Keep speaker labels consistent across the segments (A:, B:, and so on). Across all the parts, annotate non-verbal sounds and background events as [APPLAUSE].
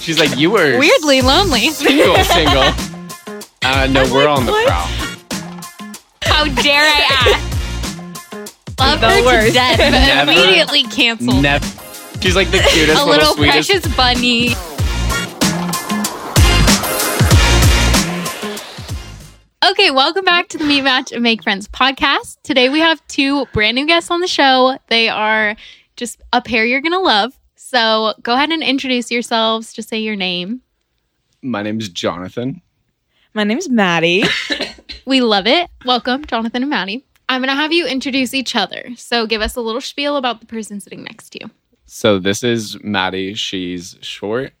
A: She's like, you were [LAUGHS]
B: Weirdly lonely.
A: single, single. Uh, no, we're on the
C: what?
A: prowl.
B: How dare I ask? [LAUGHS] Love
C: The
B: her to
C: worst.
B: death, but
A: Never.
B: immediately canceled.
A: Never. She's like
B: [LAUGHS]
A: the cutest,
B: A little
A: sweetest.
B: precious bunny. Okay, welcome back to the Meet Match and Make Friends podcast. Today we have two brand new guests on the show. They are just a pair you're going to love. So go ahead and introduce yourselves. Just say your name.
A: My name's Jonathan.
C: My name's [LAUGHS] Maddie.
B: We love it. Welcome, Jonathan and Maddie. I'm going to have you introduce each other. So give us a little spiel about the person sitting next to you.
A: So this is Maddie. She's short.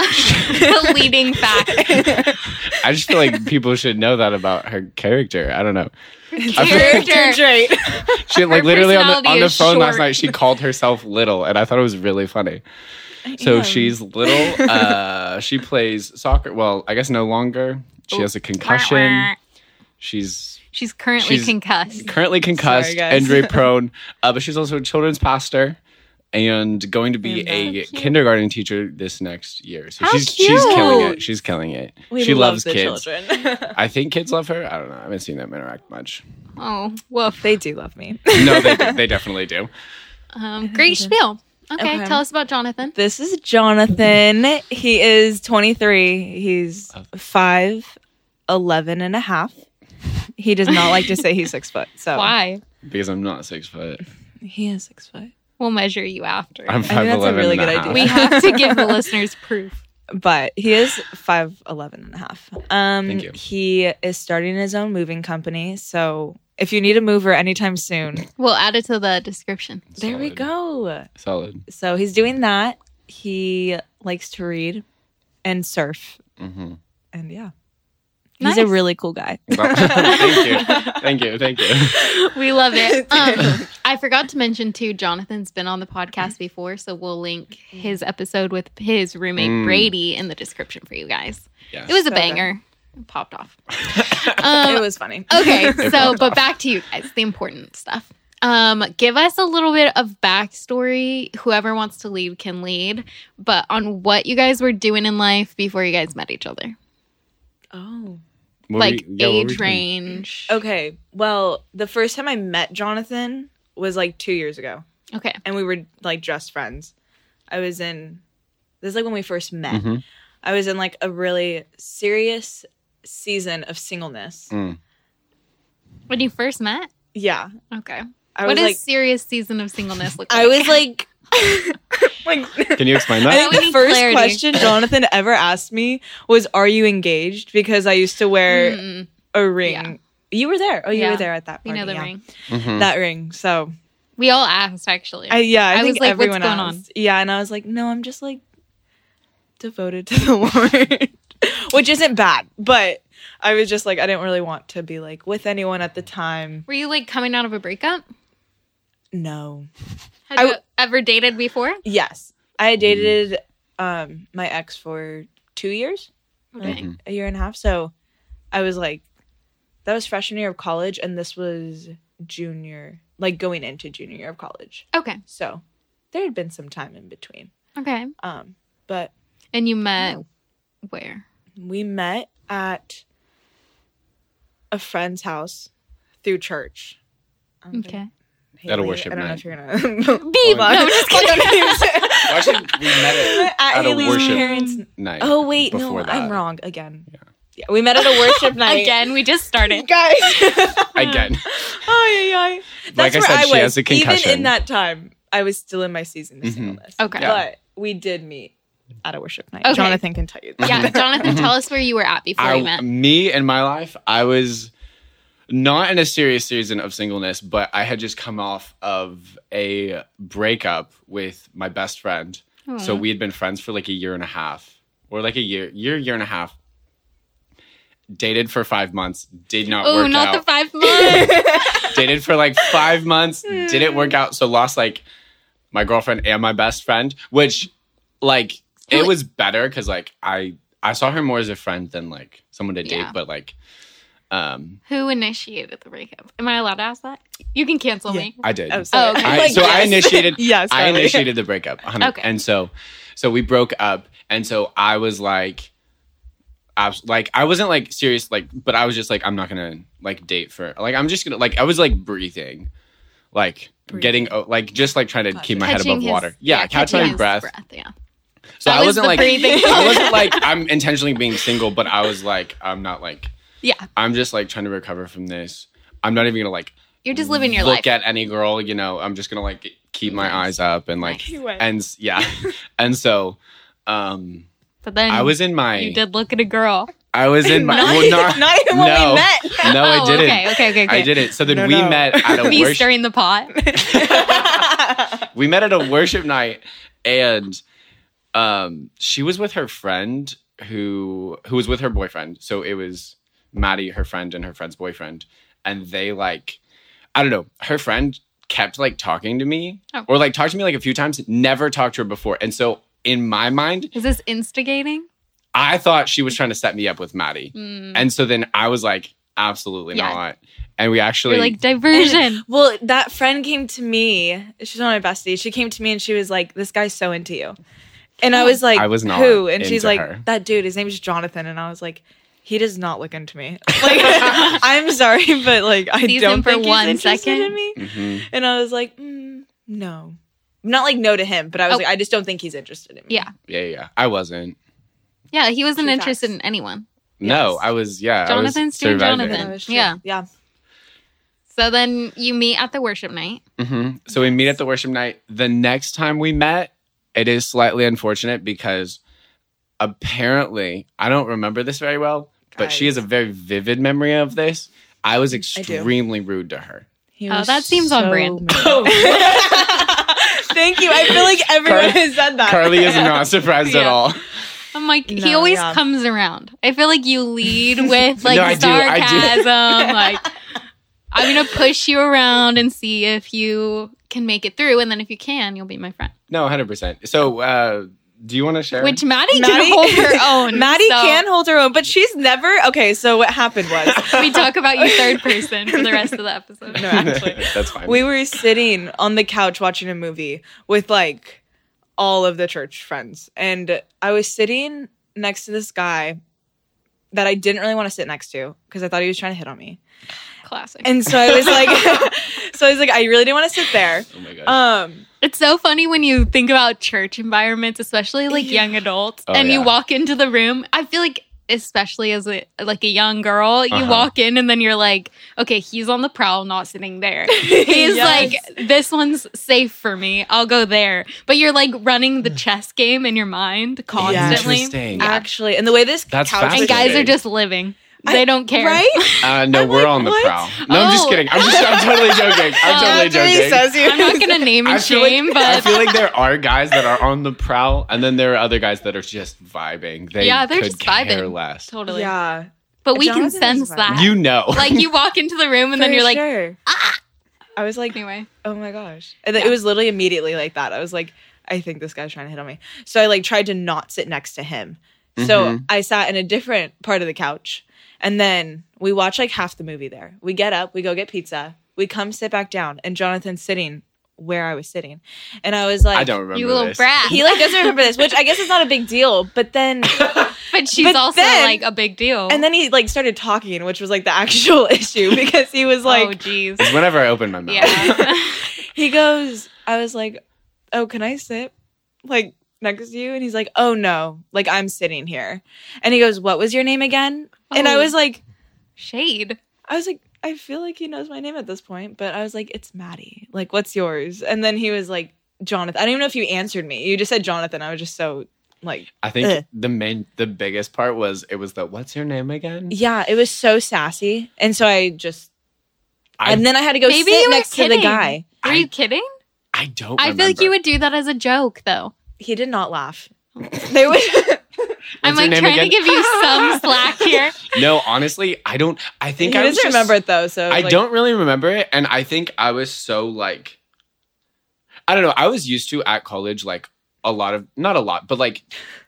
B: [LAUGHS] the leading fact. [LAUGHS]
A: I just feel like people should know that about her character. I don't know. I feel-
B: Character.
C: trait.
A: She like
B: Her
A: literally on the
B: personality
A: on the
B: is
A: phone last
B: short.
A: night. She called herself little, and I thought it was really funny. So
C: am.
A: she's little. Uh, she plays soccer. Well, I guess no longer. She has a concussion. She's
B: She's currently
A: She's-
B: concussed.
A: currently concussed,
C: guys. [LAUGHS]
A: injury prone, uh, but she's also a children's pastor and going to be a kindergarten teacher this next year. So
B: How
A: she's she's killing it.
B: cute.
A: She's killing it.
C: [LAUGHS] We
A: she
C: love
A: loves
C: the
A: kids.
C: children. [LAUGHS]
A: I think kids love her. I don't know. I haven't seen them interact much.
B: Oh, woof.
C: they do love me. [LAUGHS]
A: No, they do. they definitely do.
B: Um, great spiel. Okay,
C: Okay.
B: tell us about Jonathan.
C: This is Jonathan. He is 23. He's
A: Oh.
C: 5, 11 and a half. He does not like to say he's six foot. So
B: Why?
A: Because I'm not six foot.
C: He is six foot.
B: We'll measure you after.
A: I'm
C: that's a
A: five eleven.
C: really good idea.
B: we have to [LAUGHS]
C: [LAUGHS]
B: give the listeners proof.
C: But he is 5'11 and a half. Um,
A: Thank you.
C: He is starting his own moving company. So if you need a mover anytime soon,
B: We'll add it to the description.
C: there we go.
A: Solid.
C: So he's doing that. He likes to read and surf.
A: [LAUGHS] hmm
C: And yeah.
B: Nice.
C: He's a really cool guy.
A: thank you. Thank you.
C: [LAUGHS]
A: Thank you.
B: We love [LAUGHS] it. Um, I forgot to mention too, Jonathan's been on the podcast before, so we'll link his episode with his roommate
A: Mm.
B: Brady in the description for you guys.
A: Yes.
B: It was a
C: So good.
B: banger. It popped off. [LAUGHS] Um,
C: [LAUGHS] it was funny.
B: Okay,
A: It
B: so
A: popped
B: but
A: off.
B: back to you guys, the important stuff. Um, give us a little bit of backstory. Whoever wants to lead can lead, but on what you guys were doing in life before you guys met each other,
C: Oh.
A: What were
B: like
A: we- yeah, what were we
B: age
A: doing?
B: range.
C: Okay. Well, the first time I met Jonathan was like two years ago,
B: Okay.
C: and we were like just friends. I was in, this is like when we first met.
B: Mm-hmm.
A: Mhm.
C: I was in like a really serious season of singleness.
A: Mm.
B: When you first met.
C: Yeah.
B: Okay.
C: I
B: What
C: was
B: is
C: like,
B: serious season of singleness look like?
C: I was like,
B: [LAUGHS]
C: like, [LAUGHS]
A: Can you explain
C: I
A: that?
C: think
B: we
C: the
B: need
C: first
B: clarity.
C: question Jonathan ever asked me was, "Are you engaged?" Because I used to wear
B: Mm,
C: a ring.
B: Yeah.
C: You were there. Oh, you
B: Yeah.
C: were there at that.
B: we know
C: party,
B: the
C: yeah.
B: ring.
A: Mhm.
C: That ring. So
B: We all asked actually.
C: I yeah, I,
B: I was
C: think
B: like, what's
C: everyone
B: going on?
C: asked. Yeah, and I was like, no, I'm just like devoted to the [LAUGHS] Lord, which isn't bad, but I was just like, I didn't really want to be like with anyone at the time.
B: were you like coming out of a breakup?
C: No.
B: Had
C: I
B: you
C: w-
B: ever dated before?
C: Yes, I had dated um my ex for two years,
B: Okay.
A: Mhm.
C: a year and a half. So I was like, that was freshman year of college, and this was junior, like going into junior year of college.
B: Okay.
C: So there had been some time in between.
B: Okay.
C: Um, but
B: And you met where?
C: we met at a friend's house through church. Um,
B: Okay.
C: Haley,
A: At a worship
C: I don't know
A: night.
C: if you're gonna. [LAUGHS]
B: Beep.
A: Well,
B: No,
A: [LAUGHS]
B: I'm just
C: Hold on,
B: kidding.
A: Well, actually, we met it [LAUGHS]
C: [LAUGHS] at
A: At a
C: Haley's
A: worship
C: parents.
A: night.
C: Oh wait, no,
A: before
C: I'm
A: that.
C: wrong again. Yeah. we met at a worship
B: [LAUGHS]
C: night
B: Again, we just
A: [LAUGHS]
B: started.
C: guys. [LAUGHS]
A: Again.
C: oh yeah, yeah.
A: Like
C: That's
A: I
C: where
A: said,
C: I was.
A: she has a
C: Even in
A: concussion.
C: that time, I was still in my season of
A: Mhm.
C: singleness.
B: Okay. Yeah.
C: but we did meet at a worship night.
B: Okay.
C: Jonathan can tell you. That.
B: Yeah, Jonathan, tell us where you were at before we
A: Mm-hmm. I,
B: met.
A: me and my life, I was not in a serious season of singleness, but I had just come off of a breakup with my best friend. So we had been friends for like a year and a half, or like a year, year, year and a half. Dated for five months, did not
B: Oh,
A: work
B: not
A: out.
B: the
A: [LAUGHS]
B: five months.
A: dated for like five months, didn't work out, so lost like my girlfriend and my best friend, which like it
B: Really?
A: was better because like I I saw her more as a friend than like someone to date,
B: Yeah.
A: but like Um,
B: Who initiated the breakup? Am I allowed to ask that? You can cancel
C: Yeah.
B: me.
A: I did.
C: Oh, sorry.
B: Oh, okay.
A: I,
C: Like,
A: so I
B: [LAUGHS]
C: yes.
A: initiated.
C: yes,
A: I
C: Carly. [LAUGHS]
A: initiated the breakup. 100.
B: Okay.
A: And so, so we broke up, and so I was like, I was like I wasn't like serious, like, but I was just like, I'm not gonna like date for like I'm just gonna like I was like breathing, like
C: Breathing.
A: getting oh, like just like trying to keep my head
B: Catching
A: above
B: his-
A: water. Yeah, catch
B: catching
A: my
B: his
A: breath.
B: Yeah.
A: So
B: That
A: I
B: was
A: wasn't
B: the
A: like
B: breathing.
A: [LAUGHS]
B: [LAUGHS]
A: I wasn't like I'm intentionally being single, but I was like I'm not like
B: Yeah.
A: I'm just like trying to recover from this. I'm not even gonna like
B: You're just living your
A: look
B: life.
A: at any girl, you know. I'm just gonna like keep my eyes
B: Nice.
A: up and like
B: Nice.
C: Anyway.
A: and s-
B: [LAUGHS]
A: yeah, and so um
B: but then
A: I was in
B: you
A: my
B: did look at a girl.
A: I was in
B: [LAUGHS]
A: my
C: not,
A: well, not, no
C: not even when
A: no.
C: we met.
A: no I
B: Oh,
A: didn't
B: Okay, okay, okay, okay.
A: I didn't. So then
C: No,
A: we
C: no.
A: met at
B: [LAUGHS]
A: a
B: Me
A: worship
B: stirring
A: [LAUGHS]
B: the pot.
C: [LAUGHS]
A: we met at a worship night and um she was with her friend who who was with her boyfriend so it was maddie her friend and her friend's boyfriend and they like i don't know her friend kept like talking to me
B: Oh.
A: or like talked to me like a few times never talked to her before and so in my mind
B: Is this instigating?
A: i thought she was trying to set me up with maddie
B: Mm.
A: and so then i was like absolutely
B: Yeah.
A: not and we actually
B: You're
A: [LAUGHS]
B: like diversion.
C: Well, that friend came to me. She's not my bestie. She came to me and she was like, "This guy's so into you," and
B: Oh.
C: I was like,
A: I was not
C: who?" And she's
A: into
C: like,
A: her.
C: "That dude. His name is Jonathan." And I was like, "He does not look into me." [LAUGHS] Like, I'm sorry, but like, I
B: Sees him
C: don't
B: for
C: think
B: one
C: he's interested
B: second.
C: in me.
A: Mhm.
C: And I was like, mm, "No." Not like no to him, but I was
B: Oh.
C: like, I just don't think he's interested in me.
B: Yeah.
A: yeah yeah i wasn't
B: Yeah, he wasn't
C: Two
B: interested
C: facts.
B: in anyone.
A: No,
C: Yes.
A: I was yeah. I was
B: Jonathan's doing
A: surviving.
B: Jonathan.
C: That was true.
B: Yeah.
C: Yeah.
B: So then you meet at the worship night.
A: Mhm. So we meet at the worship night. The next time we met, it is slightly unfortunate because apparently I don't remember this very well, but she
C: Guys.
A: has a very vivid memory of this. I was
C: do.
A: extremely rude to her.
C: He
B: Oh,
C: was
B: that seems on
C: so
B: brand.
C: mean. [LAUGHS] Thank you. I feel like everyone
A: Carly-
C: has said that.
A: Carly
C: [LAUGHS]
A: is not surprised at
B: Yeah.
A: all.
B: I'm like, he
C: No,
B: always
C: yeah.
B: comes around. I feel like you
C: [LAUGHS]
B: lead with like
A: No, I do, I do. [LAUGHS]
B: sarcasm. like, I'm gonna push you around and see if you can make it through, and then if you can, you'll be my friend.
A: No, hundred percent. So, uh, do you want to share? [LAUGHS]
B: Which Maddie,
C: Maddie-
B: can hold
C: [LAUGHS]
B: her [LAUGHS] own.
C: Maddie
B: So
C: can hold her own, but she's never okay. So what happened was
B: [LAUGHS] We talk about you
C: [LAUGHS]
B: third person for the rest of the episode.
C: No, actually.
A: that's fine.
C: we were sitting on the couch watching a movie with like all of the church friends, and I was sitting next to this guy that I didn't really want to sit next to because I thought he was trying to hit on me,
B: Classic.
C: and so I was
B: [LAUGHS]
C: like, [LAUGHS] so I was like, I really didn't want to sit there.
A: oh my gosh.
C: Um,
B: It's so funny when you think about church environments, especially like
C: Yeah.
B: young adults,
A: Oh,
B: and you
A: yeah.
B: walk into the room. I feel like, especially as a like a young girl, you
A: Uh-huh.
B: walk in and then you're like, okay, he's on the prowl, not sitting
C: [LAUGHS]
B: there. He's
C: Yes.
B: like, this one's safe for me. I'll go there. But you're like running the chess game in your mind constantly,
A: Mm. Interesting.
C: actually, and the way this
A: That's
C: couch was
B: and guys are
A: Interesting.
B: just living.
C: I-
B: They don't care.
C: right.
A: Uh, no,
C: I'm
A: we're
C: like,
A: on the
C: what?
A: prowl. No, I'm just
B: Oh.
A: kidding. I'm just. I'm totally joking.
B: Oh,
C: [LAUGHS]
A: I'm
C: After
A: totally
C: he
A: joking.
C: says you-
B: I'm not
C: [LAUGHS]
B: gonna name
A: I
B: and
A: feel,
B: shame,
A: like, I
B: but
A: feel like
B: [LAUGHS]
A: there are guys that are on the prowl, and then there are other guys that are just vibing. They
B: Yeah, they're
A: could
B: just vibing.
A: care less.
B: totally.
C: Yeah.
B: But we
C: Jonathan
B: can sense
C: is right.
B: that.
A: You know,
B: like you walk into the room and then
C: For
B: you're like, "Ah!"
C: sure. I was like,
B: anyway.
C: oh my gosh. And then it was literally immediately like that. I was like, I think this guy's trying to hit on me. So I like tried to not sit next to him. So
A: Mhm.
C: I sat in a different part of the couch. And then we watch like half the movie there. We get up, we go get pizza, we come sit back down, and Jonathan's sitting where I was sitting. And I was
A: [LAUGHS]
C: like,
A: I don't remember.
B: you little
A: this.
B: brat.
C: [LAUGHS] He like doesn't remember this, which I guess is not a big deal. But then
B: but
A: [LAUGHS]
B: she's
C: but
B: also
C: then-
B: like a big deal.
C: and then he like started talking, which was like the [LAUGHS] actual issue because he was like
B: oh jeez,
A: [LAUGHS] [LAUGHS] It's whenever I open my mouth.
B: yeah.
C: he goes, I was like, Oh, can I sit like next to you? And he's like, Oh no, like I'm sitting here. And he goes, What was your name again? And I
B: Oh.
C: was like,
B: [LAUGHS] Shade.
C: I was like, I feel like he knows my name at this point, but I was like, It's Maddie. Like, what's yours? And then he was like, Jonathan. I don't even know if you answered me. You just said Jonathan. I was just so like,
A: I think
C: Ugh.
A: the main, the biggest part was it was the what's your name again?
C: Yeah, it was so sassy. And so I just,
A: I,
C: and then I had to go
B: Maybe you
C: sit
B: were
C: next to the
B: kidding.
C: guy.
B: Are
A: I
B: you kidding?
A: I don't.
B: I feel like
A: remember.
B: you would do that as a joke, though.
C: He did not [LAUGHS] laugh. They would.
B: I'm
A: your
B: like
A: name
B: trying
A: again?
B: to give you
A: [LAUGHS]
B: some slack here.
A: No, honestly, I don't. I think
C: he
A: I was
C: doesn't
A: just-
C: remember it though. So
A: I
C: like-
A: don't really remember it, and I think I was so like, I don't know. I was used to at college like a lot of not a lot, but like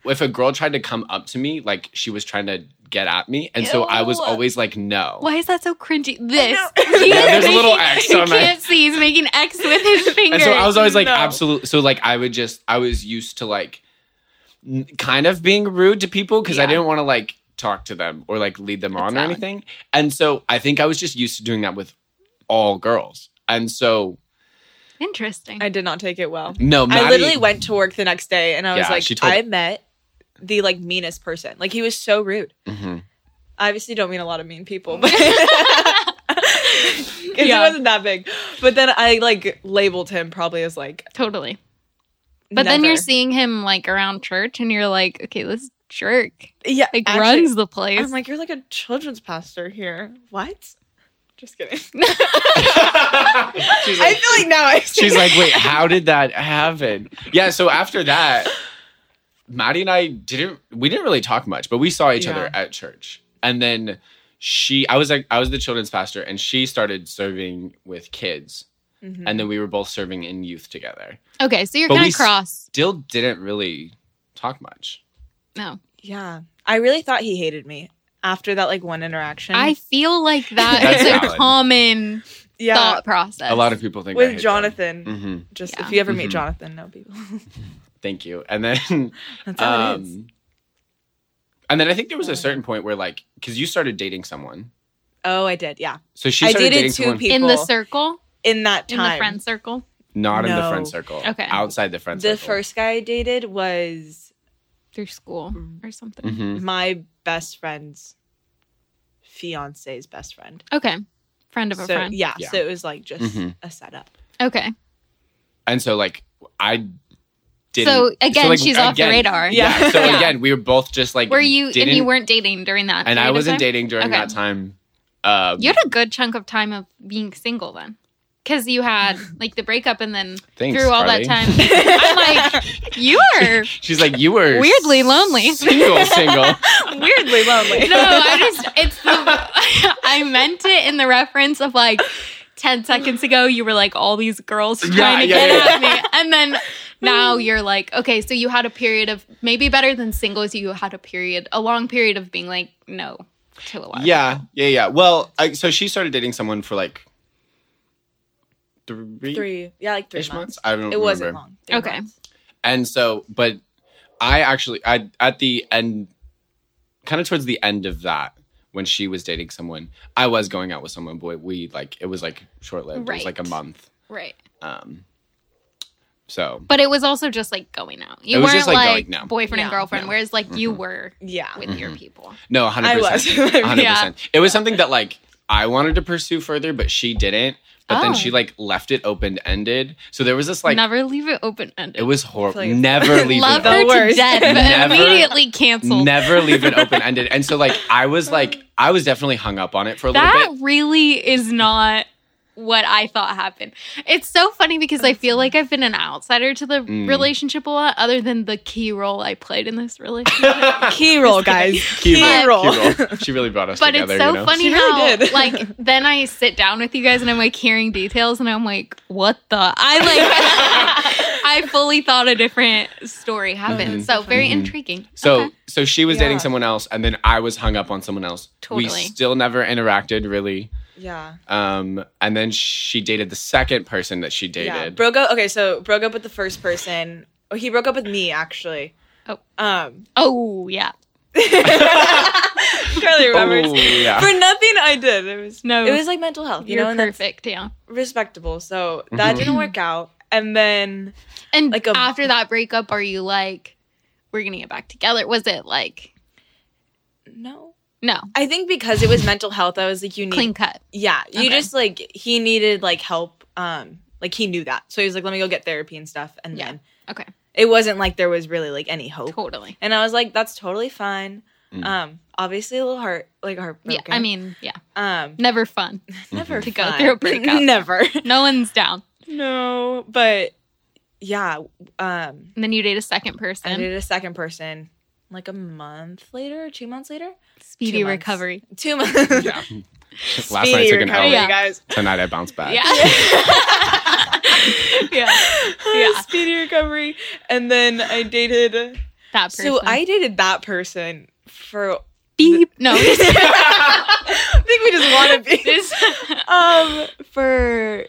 A: if a girl tried to come up to me, like she was trying to get at me, and so I was
C: Ew.
A: always like, no.
B: Why is that so cringy? This.
C: know.
B: [LAUGHS] He
C: Yeah,
A: there's
B: is
A: a little
B: making-
A: X
B: You
A: on my-
B: can't see. He's making X with his
A: [LAUGHS]
B: finger.
A: And so I was always like,
C: No.
A: absolutely. So like I would just I was used to like n- kind of being rude to people because I
B: Yeah.
A: didn't want to like talk to them or like lead them on or
B: valid.
A: anything. And so I think I was just used to doing that with all girls. And so
B: Interesting.
C: I did not take it well.
A: no, Maddie,
C: I literally went to work the next day and I was
A: Yeah,
C: like,
A: she told-
C: I met the like meanest person. Like he was so rude.
A: Mhm.
C: I obviously don't mean a lot of mean people, but [LAUGHS] 'Cause
B: Yeah.
C: he wasn't that big. But then I like labeled him probably as like
B: totally. But then you're
C: never.
B: seeing him like around church and you're like, okay, this jerk
C: yeah,
B: like
C: actually,
B: runs the place.
C: I'm like, you're like a children's pastor here. What? Just
B: [LAUGHS]
A: [LAUGHS]
C: kidding.
A: she's
C: I
A: like,
C: feel like now I
A: she's like, wait, how did that happen? Yeah. So after that, Maddie and I didn't we didn't really talk much, but we saw each other
C: Yeah.
A: at church, and then she I was like I was the children's pastor, and she started serving with kids.
C: Mhm.
A: and then we were both serving in youth together.
B: okay, so you're
A: But
B: kind
A: we
B: of
A: s-
B: cross.
A: Dill didn't really talk much.
B: No,
C: yeah, I really thought he hated me after that like one interaction.
B: I feel
C: [LAUGHS]
B: like that
C: That's
B: is a
A: valid.
B: common
C: yeah
B: thought process.
A: A lot of people think I
C: with
A: hate
C: Jonathan.
A: them. Mhm.
C: Just
B: Yeah.
C: if you ever meet
A: Mhm.
C: Jonathan, know people.
A: Thank you. And [LAUGHS] then,
C: That's how it is.
A: um, and then I think there was a certain point where like because you started dating someone,
C: Oh, I did. Yeah,
A: so she
C: I
A: started
C: dated
A: dating
C: two
A: someone
B: in the
C: people
B: circle,
C: in that
B: in
C: time.
B: the friend circle.
A: not in the
C: No.
A: friend circle,
B: Okay.
A: outside the friend
C: the
A: circle.
C: first guy I dated was
B: through school
C: Mm-hmm.
B: or something.
A: Mhm.
C: my best friend's fiance's best friend.
A: Mm-hmm.
B: Okay. Friend of a
C: so
B: friend.
C: Yeah,
A: Yeah.
C: so it was like just
A: Mhm.
C: a setup.
B: [LAUGHS] Okay.
A: and so like I didn't.
B: So again,
A: like,
B: she's off the
A: again-
B: radar.
A: Yeah.
C: Yeah.
A: So
B: Yeah.
A: again, we were both just like
B: Were you and
A: didn't-
B: you weren't dating during that?
A: and
B: period
A: I
B: of
A: wasn't
B: time?
A: dating during
B: Okay.
A: that time. Um,
B: You had a good chunk of time of being single then, because you
A: [LAUGHS]
B: had like the breakup and then
A: thanks,
B: through all
A: Carly.
B: that time.
A: [LAUGHS]
B: I'm like, you are
A: She's like, you were
B: Weirdly lonely.
A: [LAUGHS] single,
B: [LAUGHS]
A: single.
C: Weirdly lonely.
A: [LAUGHS]
B: no. I just it's the, [LAUGHS] I meant it in the reference of like. 10 seconds ago, you were like, all these girls
A: Yeah,
B: trying to
A: yeah,
B: get
A: yeah.
B: at me. And then now you're like, okay, so you had a period of maybe better than singles, you had a period, a long period of being like, no to a lot. of
A: yeah, yeah, yeah. Well, I, so she started dating someone for like three,
C: Three, yeah, like three
A: ish
C: months.
A: months. I don't
C: It
A: remember.
C: wasn't long. Three
B: Okay.
C: months.
A: And so, but I actually, I at the end, kind of towards the end of that, when she was dating someone, I was going out with someone. Boy, we like it was like short lived. It was like a
B: Right.
A: month.
B: Right.
A: Um, so
B: But it was also just like going out. You
A: It was
B: weren't
A: just,
B: like,
A: like, going- no. Mm-hmm.
B: boyfriend and
C: Yeah.
B: girlfriend,
A: No.
B: whereas like you were [LAUGHS]
C: Yeah.
B: with your people.
A: no, hundred
C: I
A: percent.
C: was.
A: 100%.
B: [LAUGHS] Yeah.
A: It was something that like I wanted to pursue further, but she didn't. But
B: Oh.
A: then she like left it open ended. So there was this like
B: Never leave it open
A: it
B: ended.
A: was horrible.
C: I feel like it's-
A: never leave
B: [LAUGHS] Love
A: it
B: her
A: open.
C: The
B: to
C: worst.
B: death, but
A: [LAUGHS] Never-
B: immediately canceled.
A: Never leave
B: [LAUGHS]
A: it open ended. And so like I was like I was definitely hung up on it for a
B: that
A: little bit.
B: really is not what I thought happened. It's so funny because I feel like I've been an outsider to the
A: Mm.
B: relationship a lot, other than the key role I played in this
A: [LAUGHS]
B: relationship.
C: Key roll, guys.
A: Key
B: Key
A: roll, key roll. [LAUGHS] She really brought us
B: but
A: together,
B: it's so
A: you know.
B: funny
C: She really
B: how
C: did. [LAUGHS]
B: like then I sit down with you guys and I'm like hearing details and I'm like, what the? I like [LAUGHS] I fully thought a different story happened.
A: Mhm.
B: So very
A: Mhm.
B: intriguing.
A: So
B: Okay.
A: so she was
C: Yeah.
A: dating someone else and then I was hung up on someone else. We
B: Totally.
A: still never interacted really.
C: [LAUGHS] yeah.
A: Um and then she dated the second person that she dated.
C: Yeah. Broke up. Okay, so broke up with the first person. Oh, he broke up with me actually.
B: Oh.
C: Um.
B: oh yeah.
C: [LAUGHS] Carly remembers.
A: Oh, yeah.
C: For nothing I did. It was
B: No.
C: It was like mental health. You
B: You're
C: know, and that's
B: perfect, yeah.
C: respectable. So that
A: Mhm.
C: didn't work out. And then
B: And
C: Like a-
B: after that breakup, are you like, we're gonna get back together? Was it like
C: no.
B: no
C: I think because it was mental health, I was like, you need
B: clean cut?
C: Yeah. You
B: Okay.
C: just like he needed like help. Um like he knew that. So he was like, Let me go get therapy and stuff. And
B: Yeah.
C: then
B: Okay,
C: it wasn't like there was really like any hope.
B: totally.
C: And I was like, that's totally fine.
A: Mm.
C: Um, obviously a little heart like heartbroken.
B: Yeah, I mean, yeah, [LAUGHS]
C: um
B: never fun.
C: never
B: To go
C: fun.
B: through a breakup.
C: [LAUGHS] never.
B: No one's down.
C: No, but yeah, um,
B: And then you date a second
C: I
B: person.
C: did a second person like a month later, two months later,
B: Speedy
C: two months.
B: recovery.
C: two months. [LAUGHS]
A: yeah. [LAUGHS] Last night I took an
C: recovery,
A: hour.
B: Yeah.
C: guys. [LAUGHS]
A: Tonight I bounced back.
B: Yeah. yeah. [LAUGHS] Yeah.
C: Speedy recovery. And then I dated.
B: That person.
C: So I dated that person for.
B: beep.
C: [LAUGHS]
B: No.
C: I think we just want to be.
B: Oh. [LAUGHS] This-
C: [LAUGHS] Um, for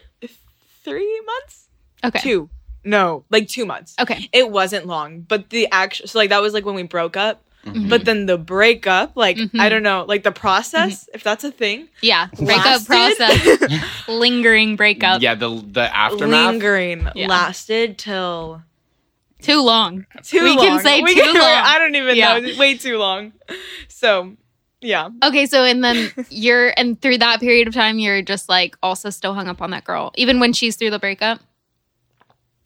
C: three months?
B: okay.
C: Two. No, like two months.
B: Okay.
C: It wasn't long, but the actual. So, like, that was like when we broke up.
A: Mhm.
B: Mm-hmm.
C: But then the breakup, like,
B: Mhm.
C: I don't know, like the process, if that's a thing.
B: Yeah. Mm-hmm. Breakup
C: lasted- [LAUGHS]
B: process. Lingering breakup.
A: yeah, the the aftermath.
C: lingering
B: Yeah.
C: lasted till
B: Too long.
C: too
B: We can
C: long.
B: say too long.
C: [LAUGHS] I don't even
B: Yeah.
C: know. Way too long. So, yeah.
B: Okay. So and then you're and through that period of time you're just like also still hung up on that girl even when she's through the breakup.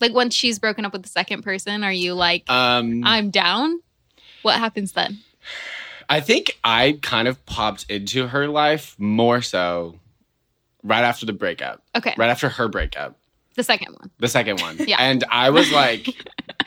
B: Like once she's broken up with the second person, are you like
A: Um,
B: I'm down? What happens then?
A: I think I kind of popped into her life more so right after the breakup,
B: Okay.
A: right after her breakup,
B: The second one.
A: the second one.
B: Yeah.
A: And I was like,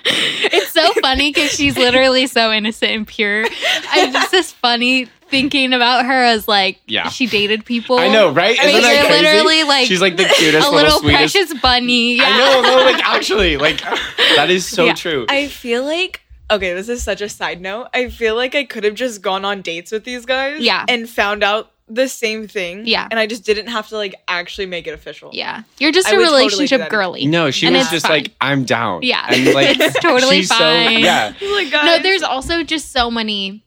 B: It's so funny because she's literally so innocent and pure. I'm just as funny thinking about her as like
A: Yeah.
B: she dated people.
A: I know, right?
B: I mean,
A: Isn't that
B: you're
A: crazy?
B: literally like
A: She's like the cutest,
B: [LAUGHS] a little
A: sweetest.
B: precious bunny. Yeah.
A: I know, no, like actually, like
B: [LAUGHS]
A: that is so
B: Yeah.
A: true.
C: I feel like okay, this is such a side note. I feel like I could have just gone on dates with these guys,
B: Yeah.
C: and found out the same thing,
B: Yeah.
C: and I just didn't have to like actually make it official. [LAUGHS]
B: Yeah. You're just
C: I
B: a
C: would totally do
B: relationship
C: that.
B: girly.
A: no, she
B: And
A: was
B: it's
A: just
B: fine.
A: like, I'm down.
B: Yeah. [LAUGHS]
A: And like
B: It's totally
A: she's so-
B: fine.
A: yeah.
C: Oh my God.
B: No,
C: [LAUGHS]
B: there's also just so many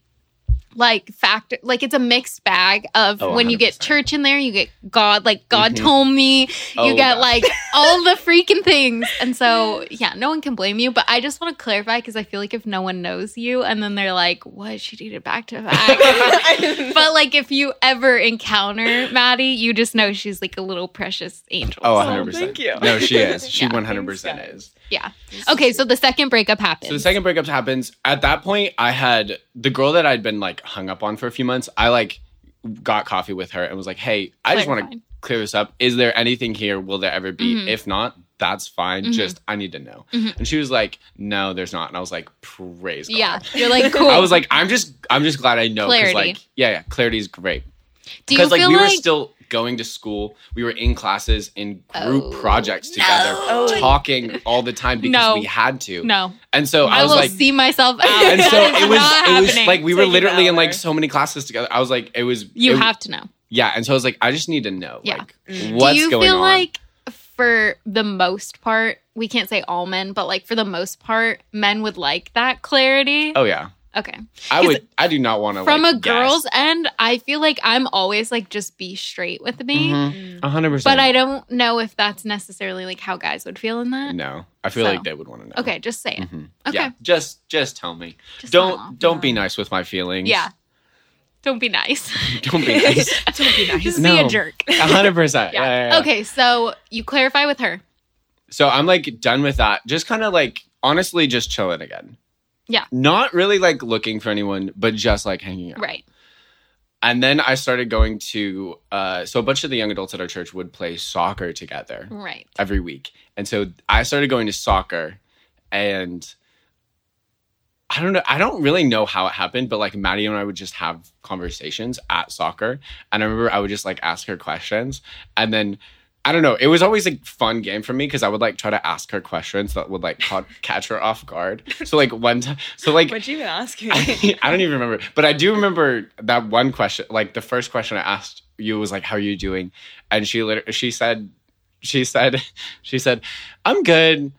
B: like factor like it's a mixed bag of
A: Oh,
B: when you get
A: 100%.
B: church in there, you get God, like God
A: Mhm.
B: told me, you
A: Oh,
B: get
A: God.
B: like
A: [LAUGHS]
B: all the freaking things. And so, yeah, no one can blame you. But I just want to clarify because I feel like if no one knows you and then they're like, what? She dated back
A: [LAUGHS]
B: to back. [LAUGHS] but like if you ever encounter Maddie, you just know she's like a little precious angel.
A: Oh,
B: So,
A: 100%.
C: thank you.
A: No,
C: [LAUGHS]
A: she is. She
B: Yeah.
A: 100%
C: Thanks, guys.
A: is.
B: yeah. Okay. So the second breakup happens.
A: So the second breakup happens. At that point, I had the girl that I'd been like hung up on for a few months. I like got coffee with her and was like, "Hey, I just want to
B: Clarifying.
A: clear this up. Is there anything here? Will there ever be?
B: Mhm.
A: If not, that's fine.
B: Mhm.
A: Just I need to know."
B: Mhm.
A: And she was like, "No, there's not." And I was like, "Praise God."
B: Yeah. You're like, cool.
A: [LAUGHS] I was like, "I'm just I'm just glad I know
B: Clarity.
A: because like yeah, yeah, clarity is great."
B: do you
A: Because like
B: feel
A: we were
B: like
A: still going to school, we were in classes in group
B: Oh,
A: projects together,
C: no.
A: talking all the time because
B: No.
A: we had to.
B: Oh, no?
A: And so I,
B: I,
A: was
B: will
A: like,
B: see myself out.
A: and so
B: That is
A: it was
B: not
A: it was
B: happening.
A: like we were
C: Take it
A: literally in
C: out.
A: like so many classes together. I was like, it was
B: you
A: it-
B: have to know.
A: yeah. And so I was like, I just need to know
B: Yeah.
A: like
C: Mm.
A: what's
B: do you
A: going
B: feel
A: on.
B: like for the most part, we can't say all men, but like for the most part, men would like that clarity.
A: oh yeah,
B: Okay.
A: I
B: 'Cause
A: would. I do not want to
B: From
A: like,
B: a girl's end, I feel like I'm always like just be straight with me.
A: Mm-hmm. a hundred percent.
B: But I don't know if that's necessarily like how guys would feel in that.
A: no, I feel
B: So.
A: like they would want to know.
B: Okay, just say it.
A: Mhm.
B: Okay.
A: Yeah. Just just tell me.
B: Just
A: don't
B: not all.
A: don't be nice with my feelings.
B: Yeah. Don't be nice.
A: [LAUGHS]
B: [LAUGHS]
A: Don't be nice.
C: don't be nice.
B: just be a
A: No.
B: jerk.
A: A hundred percent. Yeah. yeah, yeah.
B: Okay, so you clarify with her.
A: So I'm like done with that. Just kind of like honestly, just chilling again.
B: Yeah.
A: Not really like looking for anyone, but just like hanging out.
B: Right.
A: And then I started going to, uh, so a bunch of the young adults at our church would play soccer together
B: Right.
A: every week. And so I started going to soccer and I don't know, I don't really know how it happened, but like Maddie and I would just have conversations at soccer. And I remember I would just like ask her questions and then. I don't know. It was always a fun game for me because I would like try to ask her questions that would like caught, [LAUGHS] catch her off guard. So like one time, so like
C: What'd you even ask me?
A: [LAUGHS]
B: [LAUGHS]
A: I, I don't even remember, but I do remember that one question. Like the first question I asked you was like, "How are you doing?" And she liter- she said, she said, [LAUGHS] she said, "I'm good.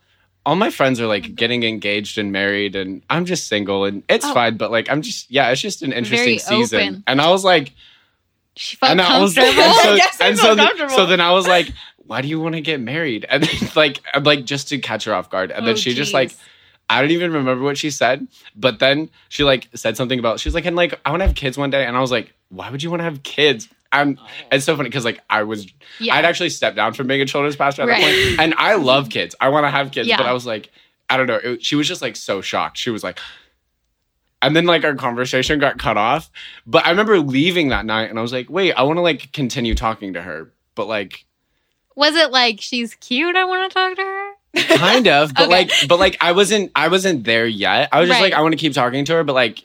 A: All my friends are like getting engaged and married, and I'm just single, and it's
B: Oh.
A: fine. But like, I'm just yeah, it's just an interesting
B: Very
A: season."
B: open.
A: And I was like,
B: She felt
A: and I was [LAUGHS]
B: comfortable.
A: and
B: [LAUGHS]
A: so,
C: I guess I
A: and
C: felt
A: so, th-
C: comfortable.
A: so then I was like, "Why do you want to get married?" And then, [LAUGHS] like, I'm, like just to catch her off guard, and then
B: Oh,
A: she just
B: geez.
A: like I don't even remember what she said, but then she like said something about she was like, and like I want to have kids one day, and I was like, why would you want to have kids? Um, it's so funny because like I was,
B: Oh. Yeah.
A: I'd actually stepped down from being a children's pastor at
B: Right.
A: that point, and I love kids, I want to have kids,
B: Yeah.
A: but I was like, I don't know, It- she was just like so shocked, she was like, and then like our conversation got cut off, but I remember leaving that night, and I was like, wait, I want to like continue talking to her, but like
B: Was it like she's cute? I want to talk to her.
A: kind of but
B: Okay.
A: like but like i wasn't i wasn't there yet i was just
B: Right.
A: like i want to keep talking to her but like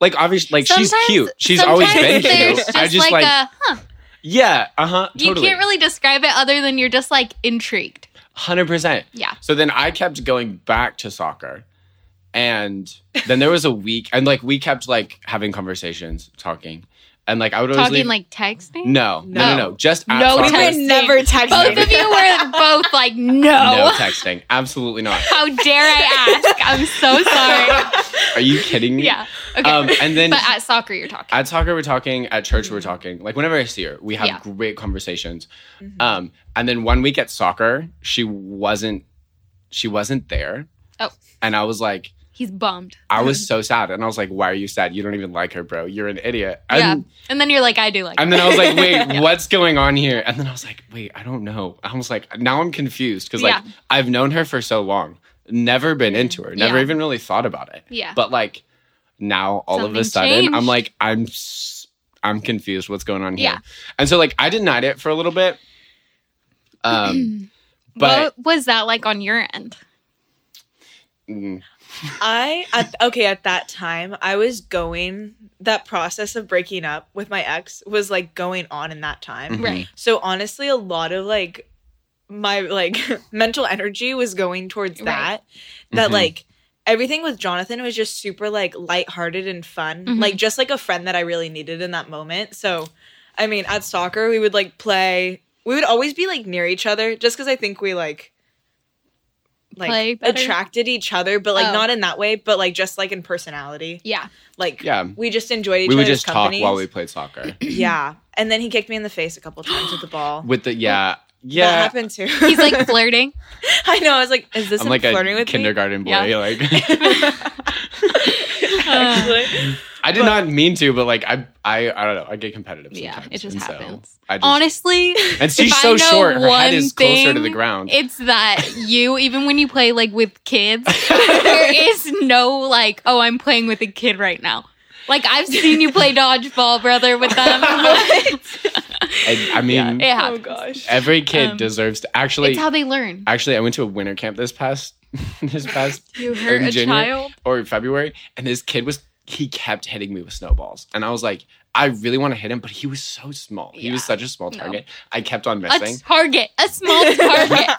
A: like obviously like she's
B: Sometimes-
A: cute she's always been
B: sometimes
A: cute
B: there's
A: i just like,
B: a, huh,
A: yeah uh-huh
B: uh, you
A: totally
B: can't really describe it other than you're just like intrigued.
A: Hundred percent.
B: Yeah.
A: So then I kept going back to soccer, and then there was a week, and like we kept like having conversations, talking, and like I would always
B: Talking
A: leave-
B: like texting?
A: no, no, no, no,
C: No.
A: just at
B: No
A: soccer.
C: We would
B: texting.
C: never text.
B: Both of
C: [LAUGHS]
B: you were both like, no.
A: no texting, absolutely not.
B: How dare I ask? I'm
A: [LAUGHS]
B: so [LAUGHS] sorry.
A: Are you kidding me?
B: Yeah. Okay.
A: Um, and then
B: but at soccer, you're talking.
A: At soccer, we're talking. At church, we're talking. Like whenever I see her, we have
B: Mm-hmm. Yeah. Mm-hmm.
A: great conversations. Um, and then one week at soccer, she wasn't. She wasn't there.
B: Oh.
A: And I was like,
B: He's bummed.
A: I
B: [LAUGHS]
A: was so sad, and I was like, "Why are you sad? You don't even like her, bro. You're an idiot." And,
B: yeah. And then you're like, I do like
A: and
B: her.
A: then I was like, "Wait, [LAUGHS]
B: [LAUGHS] Yeah.
A: what's going on here?" And then I was like, "Wait, I don't know." I was like, "Now I'm confused because like
B: Yeah.
A: I've known her for so long, never been into her, never
B: Yeah.
A: even really thought about it."
B: Yeah.
A: [LAUGHS] But like now, all of a
B: Something
A: sudden, I'm
B: changed.
A: like, I'm s- I'm confused. What's going on here?
B: Yeah.
A: And so like I denied it for a little
B: [CLEARS THROAT]
A: bit. Um, but
B: what was that like on your end?
A: mm,
C: I at, okay at that time I was going that process of breaking up with my ex was like going on in that time.
A: mhm. [LAUGHS]
B: Right.
C: So honestly, a lot of like my like [LAUGHS] mental energy was going towards
B: Right.
C: that. That
A: Mhm.
C: like everything with Jonathan was just super like lighthearted and fun.
B: Mhm.
C: Like just like a friend that I really needed in that moment. So I mean, at soccer we would like play. We would always be like near each other just cuz I think we like
B: Play
C: like
B: better?
C: attracted each other, but like
B: Oh.
C: not in that way, but like just like in personality.
B: Yeah.
C: Like
A: Yeah.
C: we just enjoyed each
A: We would
C: other's
A: just talk
C: company.
A: while [CLEARS THROAT] we played
B: [CLEARS THROAT]
A: soccer
C: Yeah. And then he kicked me in the face a couple times with the ball.
A: with the yeah
C: Yeah. That
A: yeah.
C: happened too.
B: [LAUGHS] He's like flirting.
C: [LAUGHS] I know. I was like, is this
A: I'm
C: him
A: like
C: flirting
A: a
B: [LAUGHS]
C: with [LAUGHS]
A: kindergarten boy.
B: Yeah.
A: Like [LAUGHS]
C: me? Actually.
A: I did not mean to, but like I, I, I don't know. I get competitive.
B: [LAUGHS] Yeah,
A: sometimes,
B: it just
A: and so
B: happens.
A: [LAUGHS] I just,
B: Honestly,
A: and she's
B: if I
A: so
B: know
A: short. Her head is
B: one
A: closer to the
B: thing,
A: ground.
B: it's that you, even when you play like with
A: [LAUGHS]
B: kids, there is no like, oh, I'm playing with a kid right now. Like I've seen you play dodgeball, brother, with
A: [LAUGHS]
B: them.
A: I,
B: [LAUGHS]
A: I mean,
B: It
C: oh
B: happens.
C: gosh.
A: every kid
B: Um,
A: deserves to. Actually,
B: It's how they learn.
A: actually, I went to a winter camp this past, [LAUGHS] this past
B: You hurt
A: in
B: a
A: January
B: child.
A: or February, and this kid was he kept hitting me with snowballs, and I was like, I really want to hit him, but he was so small. He was
B: Yeah.
A: such a small
B: No.
A: target. I kept on
B: A
A: missing.
B: target,
A: [LAUGHS]
B: a
C: [LAUGHS]
B: small target.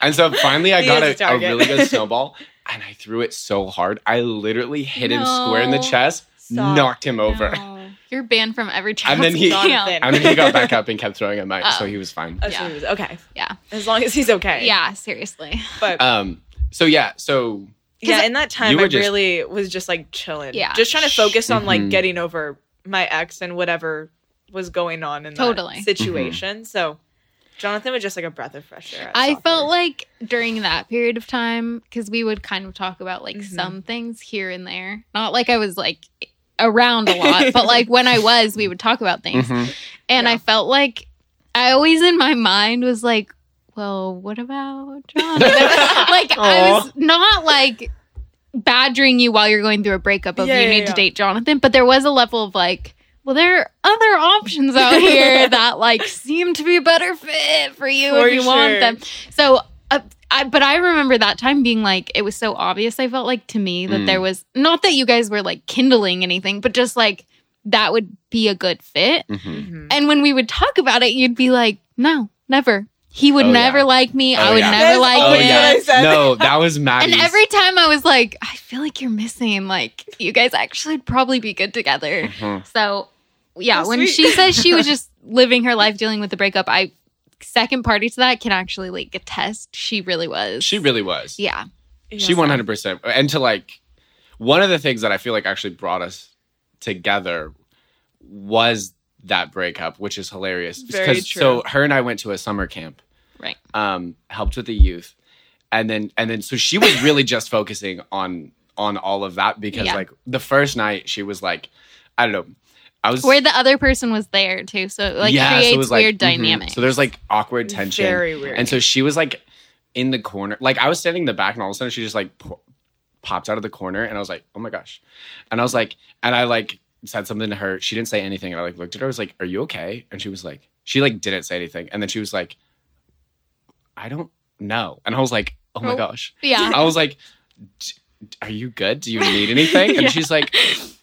A: And so finally, I
C: He
A: got
C: is
A: a,
C: a
A: a,
C: target.
A: really good snowball, and I threw it so hard, I literally hit him square in the
B: No.
A: chest,
C: Stop.
A: knocked him over,
B: [LAUGHS] No. You're banned from every child.
A: And then he-
C: Jonathan.
A: [LAUGHS] and then he got back up and kept throwing at Mike, so
B: Oh.
A: he was fine.
C: Oh,
B: Yeah.
C: so he was- okay.
B: Yeah.
C: As long as he's okay.
B: Yeah, seriously.
C: But
A: Um. So yeah. So
C: yeah, in that
A: You
C: time,
A: were
C: I
A: just-
C: really was just like chilling.
B: Yeah.
C: Just trying to focus on like
A: Mhm.
C: getting over my ex and whatever was going on in
B: Totally.
A: Mm-hmm.
C: that situation. So Jonathan was just like a breath of fresh air. at
B: I
C: soccer.
B: felt like during that period of time, because we would kind of talk about like
C: Mhm.
B: some things here and there. Not like I was like around a lot, but like when I was, we would talk about things.
A: mhm.
B: And I
C: Yeah.
B: felt like I always in my mind was like, well, what about John? [LAUGHS] like I was not like badgering you while you're going through a breakup of
C: Yeah,
B: you
C: yeah,
B: need to
C: yeah.
B: date Jonathan, but there was a level of like, well, there are other options
C: [LAUGHS]
B: out here that like seem to be a better fit for you
C: For
B: if you want
C: sure.
B: them. So, uh, I, but I remember that time being like, it was so obvious. I felt like to me that
A: Mm.
B: there was not that you guys were like kindling anything, but just like that would be a good fit.
A: Mhm.
C: Mhm.
B: Mm-hmm. And when we would talk about it, you'd be like, no, never. He would
A: Oh,
B: never
A: yeah.
B: like me.
A: Oh,
B: I would
A: yeah.
B: never
C: That's
B: like
A: Oh
C: always
B: him.
C: what I said.
A: no, that was Maddie's.
B: And every time I was like, I feel like you're missing. Like, you guys actually would probably be good together.
A: Mhm.
B: So, yeah,
C: How
B: when
C: sweet.
B: she says she
C: [LAUGHS]
B: was just living her life dealing with the breakup, I second party to that can actually like attest she really was.
A: she really was.
B: yeah,
A: She
C: Yeah.
A: 100%. And to like, one of the things that I feel like actually brought us together was that breakup, which is hilarious.
C: Very
A: 'Cause-
C: true.
A: So her and I went to a summer camp,
B: right.
A: um, helped with the youth. And then, and then, so she was really just focusing on, on all of that because
B: Yeah.
A: like the first night she was like, I don't know. I was
B: Where the other person was there too. So it like
A: Yeah, so it
B: creates
A: was, like,
B: weird
A: mhm.
B: dynamics.
A: So there's like awkward tension.
C: Very weird.
B: [LAUGHS]
A: And so she was like in the corner. Like I was standing in the back, and all of a sudden she just like po- popped out of the corner, and I was like, "Oh my gosh!" And I was like, and I like said something to her. She didn't say anything, and I like looked at her. I was like, "Are you okay?" And she was like, she like didn't say anything, and then she was like, "I don't know," and I was like, "Oh my
B: Oh.
A: gosh!"
B: yeah.
A: I was like, "D- "Are you good? Do you need anything?" And
B: [LAUGHS] Yeah.
A: she's like,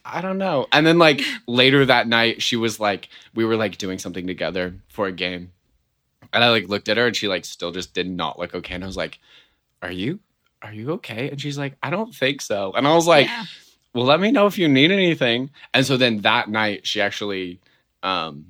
A: "I don't know." And then like later that night, she was like, we were like doing something together for a game, And I like looked at her and she like still just did not look okay. And I was like, Are you are you okay? And she's like, I don't think so. And I was [LAUGHS] like,
B: Yeah.
A: Well, let me know if you need anything. And so then that night she actually um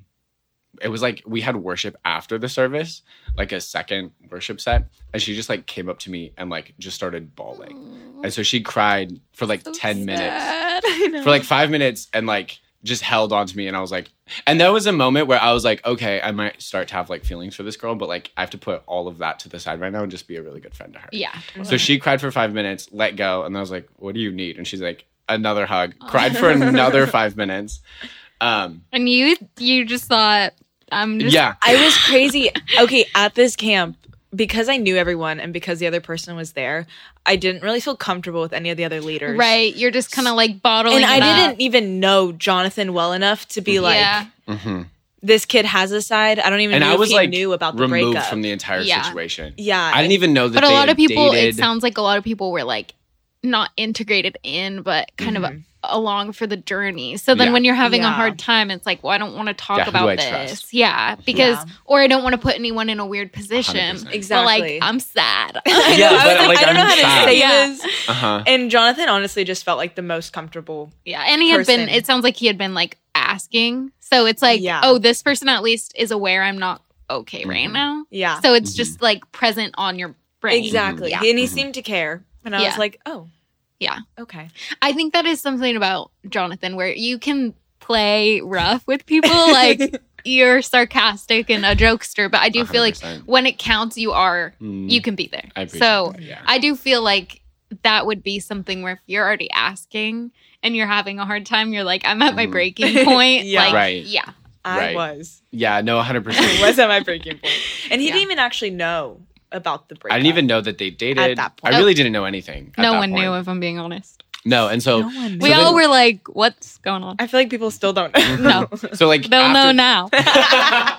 A: it was like we had worship after the service, like a second worship set, and she just like came up to me and like just started bawling. And so she cried for like 10 minutes
B: minutes.
A: for like five minutes and like just held on to me and I was like and there was a moment where I was like, okay, I might start to have like feelings for this girl, but like I have to put all of that to the side right now and just be a really good friend to her.
B: yeah.
A: So
B: [LAUGHS]
A: she cried for five minutes, let go, and I was like, What do you need? And she's like, Another hug.
B: Oh.
A: Cried
B: [LAUGHS]
A: for another five minutes. Um
B: And you you just thought I'm just
A: yeah.
C: I was crazy. okay, at this camp, because I knew everyone and because the other person was there, I didn't really feel comfortable with any of the other leaders.
B: right. You're just kind of like bottling.
C: And I
B: it up.
C: didn't even know Jonathan well enough to be like,
B: Yeah.
A: hmm
C: this kid has a side. I don't even
A: And
C: know
A: I was
C: if he
A: like
C: knew about the
A: removed
C: breakup.
A: from the entire
B: Yeah.
A: situation.
C: yeah. [LAUGHS]
A: I didn't even know that.
B: But a
A: they
B: lot
A: had
B: of people. It
A: dated.
B: sounds like a lot of people were like not integrated in, but kind of
C: Mhm.
B: along for the journey. So then
A: Yeah.
B: when you're having a
C: Yeah.
B: hard time, it's like, well, I don't want to talk
A: Yeah, who
B: about
A: I
B: this.
A: trust.
B: Yeah. Because
C: Yeah.
B: or I don't want to put anyone in a weird position.
A: 100%.
B: But
C: Exactly.
B: like I'm sad.
C: [LAUGHS] I know,
A: Yeah,
C: I was
A: but,
C: like,
A: like,
C: I don't know
A: I'm
C: how to
A: sad.
C: say
B: Yeah.
C: this.
A: uh-huh.
C: And Jonathan honestly just felt like the most comfortable.
B: Yeah, and he had been.
C: person.
B: It sounds like he had been like asking. So it's like,
C: Yeah.
B: oh, this person at least is aware I'm not okay right
A: Mhm.
B: now.
C: Yeah.
B: So it's just like present on your brain.
C: exactly.
B: Yeah.
C: And he
A: Mhm.
C: seemed to care. And I
B: Yeah.
C: was like, oh.
B: Yeah.
C: Okay.
B: I think that is something about Jonathan where you can play rough with people,
C: [LAUGHS]
B: like you're sarcastic and a jokester. But I do feel like
A: 100%.
B: when it counts, you are
A: Mm,
B: you can be there.
A: I appreciate
B: so
A: that, yeah.
B: I do feel like that would be something where if you're already asking and you're having a hard time, you're like, I'm at my
A: Mhm.
C: [LAUGHS]
B: breaking point.
C: Yeah.
B: Like,
A: Right.
B: Yeah.
C: I
A: Right.
C: [LAUGHS] was.
A: yeah, no,
B: [LAUGHS]
A: hundred
C: I
A: percent.
C: was at my breaking point. And he
B: Yeah.
C: didn't even actually know about the breakup.
A: I didn't even know that they dated.
C: that
A: I
B: point.
A: really didn't know anything. at
B: no
A: that
B: one knew,
A: point.
B: if I'm being honest.
A: No, and so
C: No one
B: We
A: So
B: all
A: then-
B: were like, what's going on?
C: I feel like people still don't
A: Mm-hmm.
C: [LAUGHS] know.
B: No.
A: so like
B: They'll know
A: after-
B: now.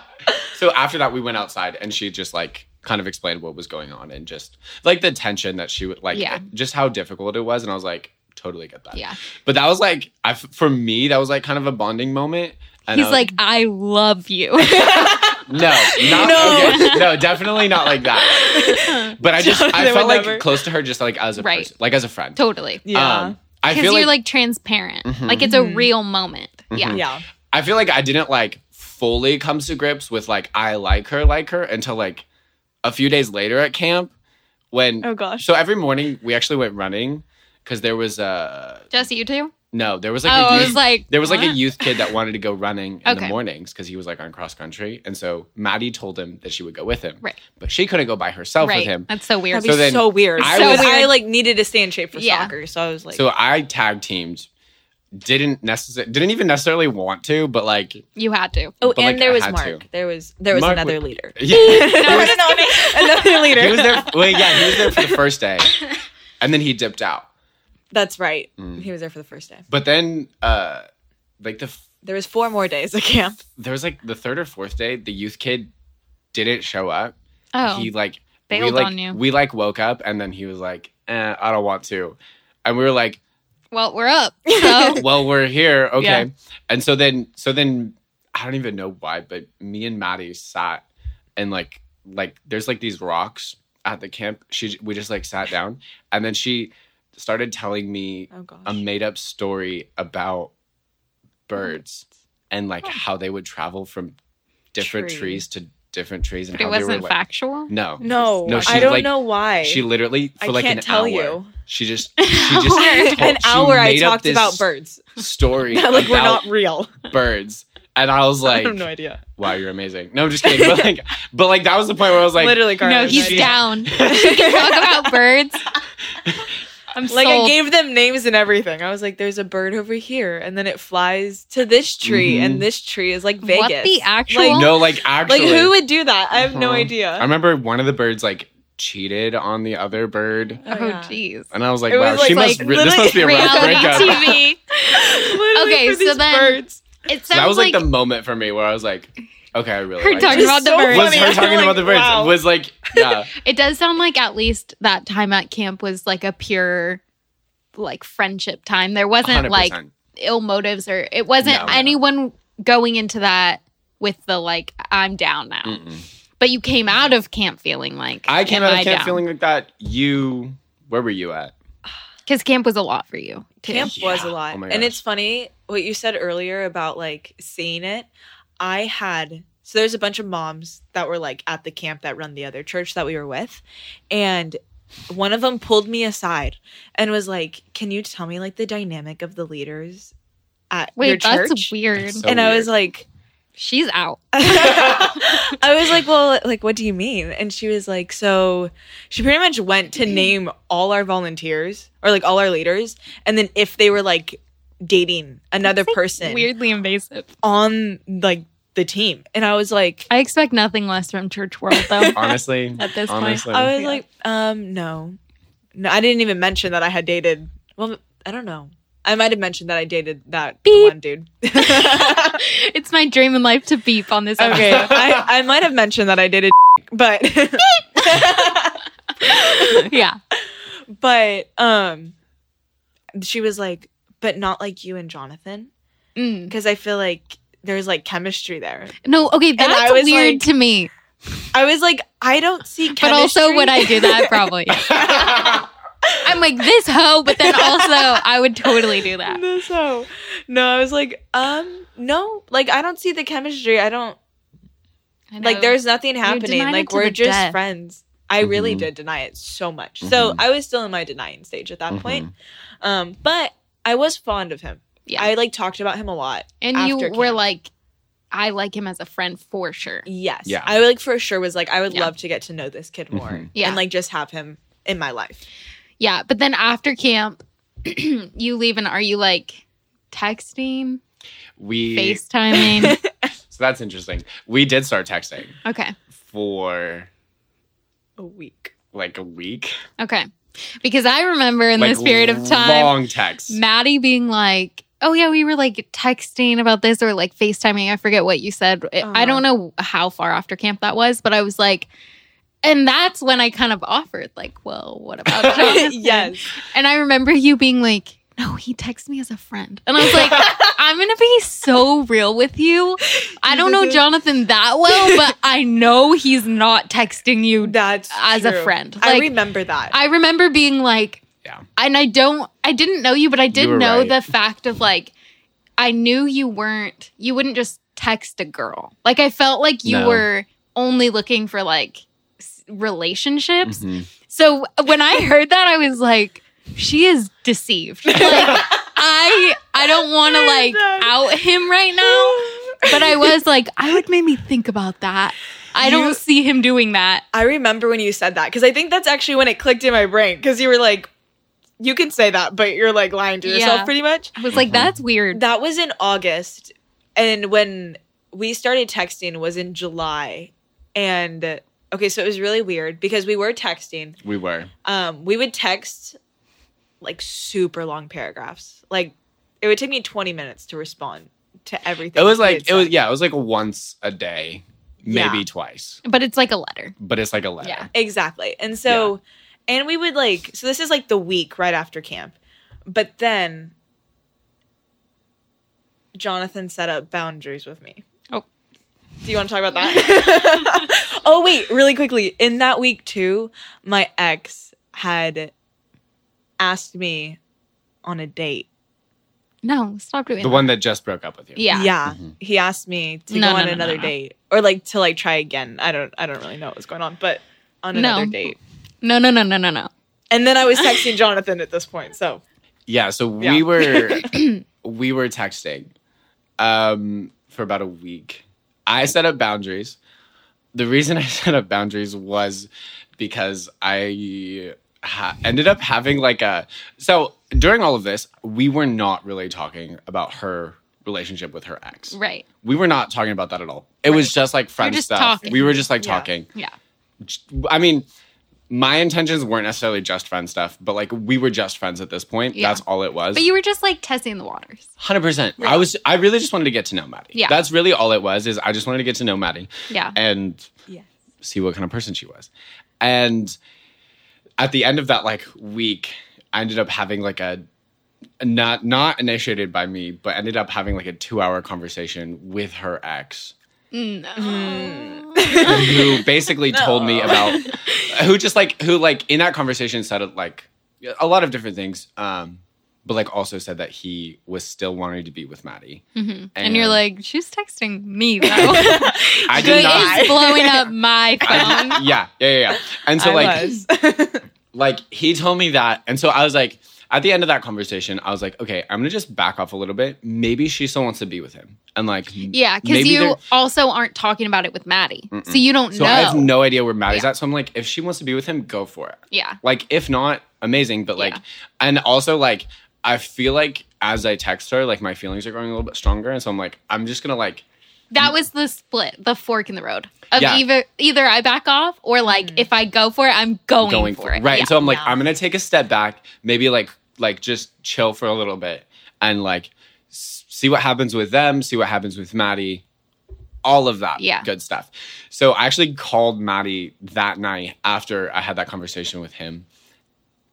A: so after that, we went outside, and she just like kind of explained what was going on, and just like the tension that she would like,
B: Yeah.
A: just how difficult it was, and I was like, totally get that.
B: yeah.
A: But that was like, I, for me, that was like kind of a bonding moment. And [LAUGHS]
B: He's
A: I-
B: like, I
A: [LAUGHS]
B: love you.
A: no,
B: [LAUGHS]
A: not,
C: No.
A: okay, no, definitely not like that.
B: [LAUGHS]
A: But I just,
C: Jonathan
A: I
C: would
A: felt like
C: never.
A: close to her, just like as a
B: Right.
A: person, like as a friend.
B: totally.
C: Yeah.
A: Um, I
B: Because
A: feel
B: you're like,
A: like,
B: transparent.
A: Mhm.
B: Like it's a
C: Mhm.
B: real moment. Yeah.
A: Mhm.
C: yeah.
A: I feel like I didn't like fully come to grips with like I like her, like her until like a few days later at camp when
C: Oh gosh.
A: So every morning we actually went running because there was a
B: Jesse, you too?
A: no, there was like
B: oh,
A: a
B: I
A: youth,
B: was like,
A: there was like a
B: what?
A: youth kid that wanted to go running in
B: Okay.
A: the mornings because he was like on cross country, and so Maddie told him that she would go with him,
B: Right.
A: But she couldn't go by herself
B: right.
A: with Oh, him,
B: That's so weird.
C: That'd be
A: So
C: so,
A: then
C: weird.
A: I
C: so
B: was-
C: I like needed to stay in shape for
B: Yeah.
C: soccer. So I was like,
A: so I tag teamed. Didn't necessarily didn't even necessarily want to, but like [LAUGHS]
B: you had to.
C: oh,
A: but,
C: and
A: like,
C: there
A: I
C: was
A: had
C: Mark.
A: to.
C: There was there was
A: Mark
C: another
A: would- [LAUGHS]
C: leader.
A: yeah,
C: [LAUGHS] no, no, no, another
A: [LAUGHS]
C: leader.
A: he was
B: [LAUGHS]
A: there. Wait, yeah, he was there for the first day, and then he dipped out.
C: That's right.
A: Mm.
C: He was there for the first day.
A: But then, uh, like the f-
C: There was four more days at camp.
A: there was like the third or fourth day, the youth kid didn't show up.
B: Oh.
A: he like we
B: bailed
A: like
B: on you.
A: we like woke up and then he was like, eh, I don't want to, and we were like,
B: well, we're
C: [LAUGHS]
B: up. So
A: well, we're here, okay.
B: [LAUGHS] Yeah.
A: And so then, so then I don't even know why, but me and Maddie sat and like like there's like these rocks at the camp. She we just like sat down and then she started telling me
C: Oh gosh.
A: a made up story about birds
C: Oh.
A: and like how they would travel from different
C: Tree.
A: trees to different trees and
B: but it
A: how they were
B: wasn't
A: like
B: factual.
A: no
C: no,
A: No,
C: I
A: she,
C: don't
A: like-
C: know why.
A: she literally for
C: I
A: like
C: can't
A: an
C: tell
A: hour
C: you.
A: she just she just
B: An
A: told-
C: [LAUGHS] an
A: [LAUGHS] she
C: hour I
A: made up
C: talked
A: this
C: about birds.
A: [LAUGHS] story
C: like we're
A: about
C: not real. [LAUGHS]
A: birds and I was
C: I
A: like
C: have no idea.
A: wow you're amazing no I'm just kidding but like
C: [LAUGHS]
A: but like that was the point where I was like
C: Literally, Carla,
B: no,
C: I have
B: he's
C: idea.
A: [LAUGHS]
B: down. She can talk about
C: [LAUGHS]
B: birds. I'm
C: Like
B: sold.
C: I gave them names and everything. I was like, "There's a bird over here," and then it flies to this tree,
A: Mhm.
C: and this tree is like Vegas.
B: What the actual?
C: Like,
A: no like actually
C: Like who would do that? I have no
A: Uh-huh.
C: idea.
A: I remember one of the birds like cheated on the other bird
C: Oh,
B: oh,
C: yeah.
B: jeez.
A: and I was like
C: It
A: wow
C: was, like-
A: she must
C: like,
A: re- this
C: literally
A: must be a rough
B: Reality
A: breakup [LAUGHS]
B: TV.
C: Literally
B: Okay,
C: for
B: so
C: these
B: then-
C: birds.
B: It sounds
A: that was like,
B: like
A: the moment for me where I was like, okay, I really
B: Her
A: like
B: talking
A: this.
B: about the birds.
A: was
B: funny.
A: her talking
C: Like,
A: about the birds
C: wow.
A: was like
B: [LAUGHS]
A: yeah
B: It does sound like at least that time at camp was like a pure like friendship time. There wasn't
A: 100%.
B: like ill motives or it wasn't
A: No, no.
B: anyone going into that with the like I'm down now.
A: Mm-mm.
B: But you came out of camp feeling like
A: I came out of camp feeling like that. You, where were you at?
B: because camp was a lot for you. too.
C: Camp was a
A: Yeah.
C: lot.
A: Oh my
C: and
A: gosh.
C: it's funny what you said earlier about like seeing it. I had so there's a bunch of moms that were like at the camp that run the other church that we were with. And one of them pulled me aside and was like, Can you tell me like the dynamic of the leaders at your
B: Wait,
C: church?
B: that's weird.
A: That's so-
C: and I was
A: weird.
C: like,
B: She's out.
C: I was like, well, like, what do you mean? And she was like, so she pretty much went
B: Mm-hmm.
C: to name all our volunteers or like all our leaders. And then if they were like dating another
B: That's, like,
C: person
B: Weirdly invasive.
C: on like the team. And I was like,
B: I expect nothing less from church world
A: [LAUGHS]
B: though.
A: Honestly,
B: At this point,
A: honestly,
C: I was
B: Yeah.
C: like, um, no, no, I didn't even mention that I had dated. Well, I don't know. I might have mentioned that I dated that
B: Beep.
C: one dude. [LAUGHS] okay.
B: [LAUGHS] it's my dream in life to beep on this. episode.
C: I, I might have mentioned that I dated, [LAUGHS] but.
B: [LAUGHS] yeah.
C: but um she was like but not like you and jonathan
B: Mm.
C: because i feel like there's like chemistry there
B: No, okay, that's
C: I was
B: weird
C: like,
B: to me.
C: i was like i don't see chemistry
B: But also, would I do that? Probably. I'm like this hoe, but then also I would totally do that.
C: No, so no i was like um no like i don't see the chemistry i don't
B: I know.
C: like there's nothing happening
B: denying it
C: like
B: to
C: we're
B: the
C: just
B: death.
C: friends i really
A: Mhm.
C: did deny it so much so
A: Mhm.
C: i was still in my denying stage at that point um but i was fond of him
B: Yeah.
C: i like talked about him a lot
B: and you
C: after
B: were
C: camp.
B: like, I like him as a friend for sure.
C: Yes.
A: Yeah.
C: I like for sure was like, I would
B: Yeah.
C: love to get to know this kid more
A: Mhm.
B: Yeah.
C: and like just have him in my life.
B: Yeah, but then after camp, [CLEARS THROAT] you leave and are you like texting,
A: [LAUGHS] we
B: FaceTiming?
A: [LAUGHS] so that's interesting. We did start texting
B: okay,
A: for
C: A week.
A: like a week.
B: okay, because I remember in
A: Like,
B: this period of time,
A: long texts.
B: Maddie being like, "Oh yeah, we were like texting about this or like FaceTiming. I forget what you said. I- I
C: Uh-huh.
B: don't know how far after camp that was, but I was like." And that's when I kind of offered, like, well, what
C: [LAUGHS]
B: about [LAUGHS] Jonathan?
C: [LAUGHS] yes.
B: And I remember you being like, no, he texts me as a friend. And I was like, I'm going to be so real with you. I don't know Jonathan that well, but I know he's not texting you.
C: That's
B: As a
C: true.
B: friend.
C: I
B: Like,
C: remember that.
B: I remember being like,
A: Yeah.
B: and I don't, I didn't know you, but I did
A: You were
B: know
A: right.
B: the fact of like, I knew you weren't, you wouldn't just text a girl. Like, I felt like you
A: No.
B: were only looking for like s- relationships.
A: Mhm.
B: So uh, when I heard that, I was like, she is deceived. Like, I I don't want to like out him right now, but I was like, I would make me think about that. I don't
C: You-
B: see him doing that.
C: I remember when you said that because I think that's actually when it clicked in my brain because you were like, you can say that, but you're like lying to yourself
B: Yeah.
C: pretty much.
B: I was like,
A: Mhm.
B: that's weird.
C: That was in August. And when we started texting was in July. And okay, so it was really weird because we were texting
A: We were.
C: um, we would text like super long paragraphs. Like it would take me 20 minutes to respond to everything.
A: It was
C: he
A: like
C: had
A: it was
C: said.
A: yeah, it was like once a day, maybe
C: Yeah.
A: twice.
B: But it's like a letter.
A: But it's like a letter.
B: Yeah.
C: exactly. And so, and we would like so this is like the week right after camp, but then Jonathan set up boundaries with me.
B: Oh.
C: Do you want to talk about that? [LAUGHS] oh wait, really quickly. In that week too, my ex had asked me on a date.
B: No, stop doing
A: The
B: that.
A: one that just broke up with you.
B: Yeah.
A: Mhm.
C: He asked me to
B: No,
C: go
B: no,
C: on
B: no, no,
C: another
B: no.
C: date or like to like try again. I don't I don't really know what was going on, but on
B: No.
C: another date.
B: No, no, no, no, no, no.
C: And then I was
B: [LAUGHS]
C: texting Jonathan at this point. So,
A: Yeah, so
C: Yeah.
A: we
B: [COUGHS]
A: were we were texting um for about a week. I set up boundaries. The reason [LAUGHS] I set up boundaries was because I ha- ended up having like a so during all of this, we were not really talking about her relationship with her ex.
B: Right.
A: We were not talking about that at all. It was just like friend
B: just
A: stuff.
B: talking.
A: We were just like
C: Yeah.
A: talking.
B: Yeah.
A: I mean, my intentions weren't necessarily just friend stuff, but like we were just friends at this point.
B: Yeah.
A: That's all it was.
B: But you were just like testing the waters.
A: Hundred percent. I was. I really just wanted to get to know Maddie.
B: Yeah.
A: That's really all it was. Is I just wanted to get to know Maddie
B: Yeah.
A: and
C: Yes.
A: see what kind of person she was. And at the end of that like week, I ended up having like a not not initiated by me, but ended up having like a two hour conversation with her ex
B: No.
A: Mm.
B: [LAUGHS]
A: who basically told me
C: No.
A: about who just like who like in that conversation said it, like a lot of different things um but like also said that he was still wanting to be with Maddie.
B: Mhm. and, you're like, she's texting me though.
A: [LAUGHS] I
B: She
A: did
C: Good
A: not. [LAUGHS]
B: is blowing up my
A: I
B: phone.
A: did- yeah, yeah, yeah, yeah. And so
C: I
A: like
C: was. [LAUGHS]
A: like he told me that and so i was like at the end of that conversation i was like okay i'm gonna just back off a little bit maybe she still wants to be with him and like
B: Yeah, because
A: Maybe
B: you
A: they're-
B: also aren't talking about it with Maddie, so
A: Mm-mm.
B: you don't
A: so
B: know.
A: i have no idea where maddie's
B: Yeah.
A: at so i'm like if she wants to be with him go for it
B: yeah,
A: like if not amazing but like
B: Yeah.
A: and also like i feel like as i text her like my feelings are growing a little bit stronger and so i'm like i'm just gonna like
B: that was the split, the fork in the road of
A: Yeah.
B: either either I back off or like
C: Mm.
B: if I go for it, I'm going, for,
A: Right.
B: it. Yeah.
A: And so I'm like,
C: Yeah.
A: I'm gonna take a step back, maybe like like just chill for a little bit and like s- see what happens with them, see what happens with Maddie, all of that
B: Yeah.
A: good stuff. So I actually called Maddie that night after I had that conversation with him.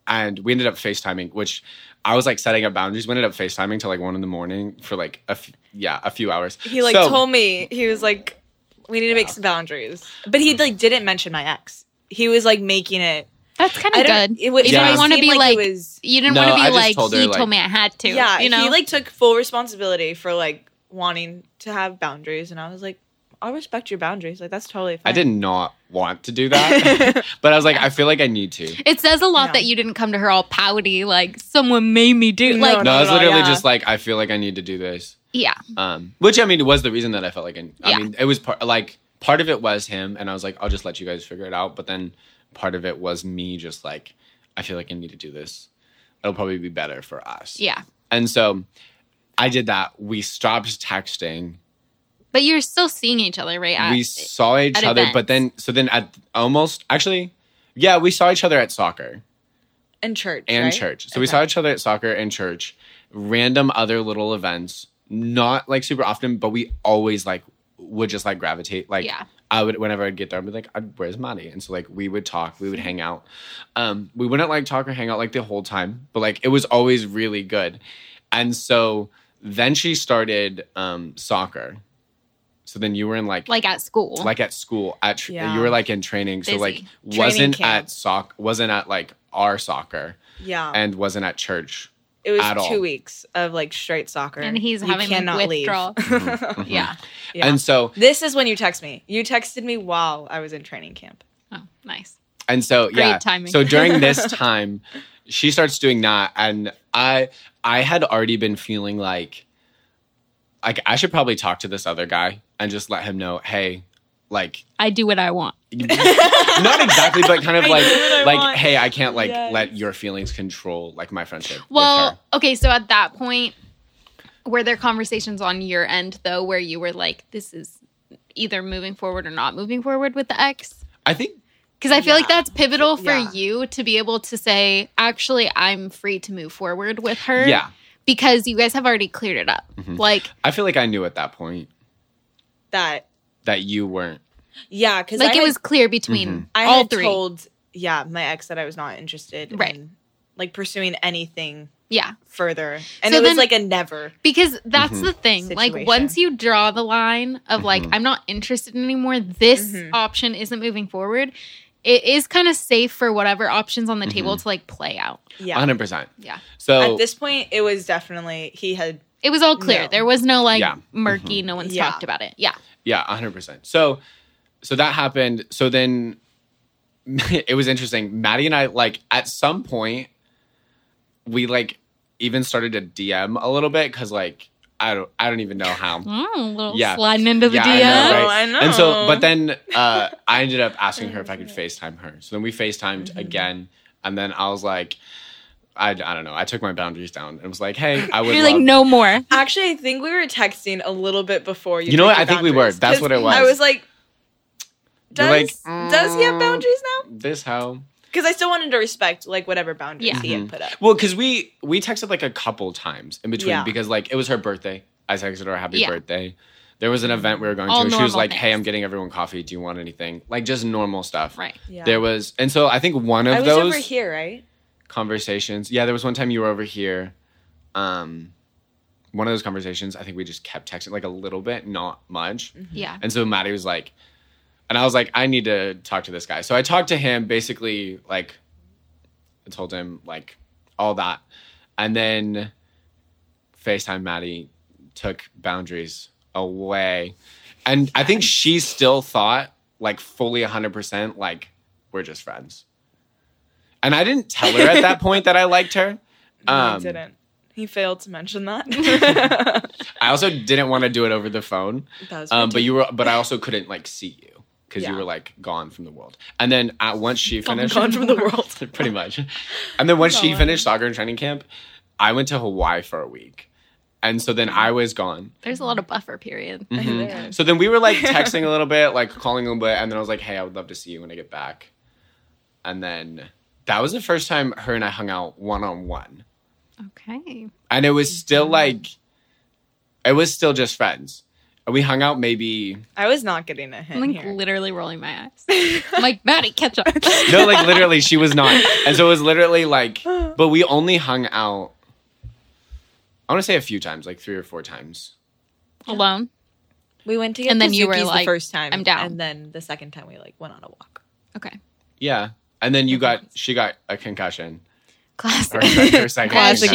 A: And we ended up FaceTiming, which I was like setting up boundaries. We ended up FaceTiming till like one in the morning for like a f- yeah, a few hours.
C: he like
A: So-
C: told me he was like, we need to make some boundaries, but he like didn't mention my ex. He was like making it.
B: that's kind
C: I
B: of
C: don't.
B: good.
C: It, wa- it
B: You
A: Yeah.
B: didn't
C: want to
B: be like,
C: it was,
B: you didn't
A: No,
B: want to be
A: I just
B: like
A: told her,
B: he
A: like-
B: told me I had to.
C: yeah.
B: you know,
C: he like took full responsibility for like wanting to have boundaries, and I was like, I'll respect your boundaries. Like that's totally fine.
A: I did not want to do
C: [LAUGHS]
A: that. but I was like, I feel like I need to.
B: it says a lot
C: No.
B: that you didn't come to her all pouty like someone made me do.
C: No,
B: like
A: No, I was
C: at all,
A: literally
C: yeah.
A: just like, I feel like I need to do this.
B: yeah,
A: Um, which I mean, it was the reason that I felt like I, I
B: Yeah.
A: mean, it was part like part of it was him, and I was like, I'll just let you guys figure it out. But then part of it was me, just like, I feel like I need to do this. It'll probably be better for us.
B: yeah.
A: And so I did that. We stopped texting.
B: But you're still seeing each other, right? At-
A: we saw each
B: at
A: other,
B: events.
A: but then so then at almost actually, yeah, we saw each other at soccer.
C: and church
A: and
C: right?
A: church. So we
C: Okay.
A: saw each other at soccer and church, random other little events, not like super often, but we always like would just like gravitate. Like
B: Yeah.
A: I would whenever I'd get there, I'd be like, "I'd- "Where's Maddie?" And so like we would talk, we would hang out. Um, we wouldn't like talk or hang out like the whole time, but like it was always really good. And so then she started um soccer. So then you were in like
B: like at school.
A: like at school at tr-
C: Yeah.
A: you were like in training so
B: Busy.
A: like
B: Training
A: wasn't
C: camp.
A: at soc wasn't at like our soccer
C: Yeah,
A: and wasn't at church.
C: it was
A: at
C: two
A: all.
C: weeks of like straight soccer,
B: and he's having like withdrawal.
A: Mm-hmm.
B: yeah.
C: Yeah.
A: And so
C: This is when you text me. You texted me while I was in training camp.
A: Mm-hmm.
B: Oh, nice.
A: and so
B: Great
A: yeah.
B: timing.
A: So
C: [LAUGHS]
A: during this time, she starts doing that and I I had already been feeling like like I should probably talk to this other guy and just let him know, "Hey, like
B: I do what I want.
C: [LAUGHS]
A: not exactly but kind of
C: I
A: like
C: do what I
A: like
C: want.
A: hey, I can't like
C: Yes.
A: let your feelings control like my friendship." with her.
B: Well, okay, so at that point, were there conversations on your end though where you were like, this is either moving forward or not moving forward with the ex?
A: I think
B: Because I feel like
C: Yeah.
B: that's pivotal for
C: Yeah.
B: you to be able to say, actually, I'm free to move forward with her.
A: yeah. Mm-hmm.
B: Because you guys have already cleared it up. Like,
A: I feel like I knew at that point
C: That
A: that you weren't.
C: yeah, because
B: like
C: I
B: it
C: had,
B: was clear between
A: Mhm.
C: I
B: all
C: had
B: three.
C: told yeah my ex that I was not interested
B: Right.
C: in like pursuing anything
B: yeah.
C: further, and
B: So
C: it was
B: then-
C: like a never.
B: Because that's
A: Mhm.
B: the thing. Like
C: Situation.
B: once you draw the line of like
A: Mhm.
B: I'm not interested anymore, this
C: Mhm.
B: option isn't moving forward. It is kind of safe for whatever options on the table
A: Mm-hmm.
B: to like play out.
C: Yeah.
A: 100%.
B: Yeah.
A: So
C: At this point, it was definitely he had
B: It was all clear.
C: No.
B: There was no like
A: Yeah. Mm-hmm.
B: murky, no one's
C: Yeah.
B: talked about it. Yeah.
A: Yeah, 100%. So so that happened. So then [LAUGHS] it was interesting. Maddie and I like at some point we like even started to DM a little bit cuz like I don't I don't even know how.
B: Mm, little
A: Yeah.
B: sliding into the
A: yeah,
B: DM.
C: right?
A: Oh, I know,
C: I
A: And so
C: know.
A: but then uh I ended up asking her if I could FaceTime her. So then we FaceTimed
B: Mm-hmm.
A: again and then I was like I, I don't know. I took my boundaries down and was like, "Hey, I would
B: You're like,
A: love-
B: no more.
C: actually. I think we were texting a little bit before you.
A: You know
C: took
A: what?
C: your
A: I think we were.
C: boundaries,
A: That's
C: 'cause
A: what it
C: I
A: was.
C: was like, does
A: You're like,
C: does he have
A: mm.
C: boundaries now?
A: this how
C: Because I still wanted to respect like whatever boundaries
B: Yeah.
C: he had put up.
A: Well, because we we texted like a couple times in between
C: Yeah.
A: because like it was her birthday. I texted her happy
B: Yeah.
A: birthday. There was an event we were going to.
B: All
A: and She was
B: normal
A: like, "Hey,
B: things.
A: I'm getting everyone coffee. Do you want anything?" Like just normal stuff.
B: Right.
C: Yeah.
A: There was, and so I think one of
C: I was
A: those
C: over here, right?
A: conversations. Yeah, there was one time you were over here. Um, one of those conversations, I think we just kept texting like a little bit, not much.
B: Yeah.
A: And so Maddie was like, and I was like, I need to talk to this guy. So I talked to him basically, like, I told him, like, all that. And then FaceTime Maddie took boundaries away. And I think she still thought, like, fully 100%, like, we're just friends. And I didn't tell her at
C: [LAUGHS]
A: that point that I liked her.
C: No,
A: Um,
C: he didn't. He failed to
B: [LAUGHS]
C: mention that.
A: I also didn't want to do it over the phone.
C: That was
A: Um, but you were, but I also couldn't like see you because you
C: Yeah.
A: were like gone from the world. And then uh, once she
B: Gone-
A: finished,
C: gone from the world.
A: [LAUGHS] pretty much. And then once she
C: Gone.
A: finished soccer and training camp, I went to Hawaii for a week, and so then I was gone.
B: There's a lot of buffer period.
A: Mhm.
C: There.
A: So then we were like texting
C: [LAUGHS]
A: a little bit, like calling a little bit, and then I was like, "Hey, I would love to see you when I get back." And then that was the first time her and I hung out one on one, Mm.
B: Okay.
A: and it was still
C: Mm-hmm.
A: like, it was still just friends. And we hung out maybe
C: I was not getting a
B: I'm
C: hint
B: like
C: here.
B: literally rolling my
C: [LAUGHS]
B: eyes. I'm like, Maddie, catch up.
A: no, like literally, she was not. And so it was literally
C: [SIGHS]
A: like, but we only hung out, I want to say a few times, like three or four times.
B: Alone.
C: We went to get
B: And
C: the
B: then you were
C: Zookies
B: like,
C: the first time.
B: "I'm down."
C: And then the second time we like went on
A: [LAUGHS]
C: a walk.
B: Okay.
A: Yeah. And then you got, she got a
C: [LAUGHS]
A: concussion. Her, sec-
B: Classic.
A: her second
B: As she
C: Classic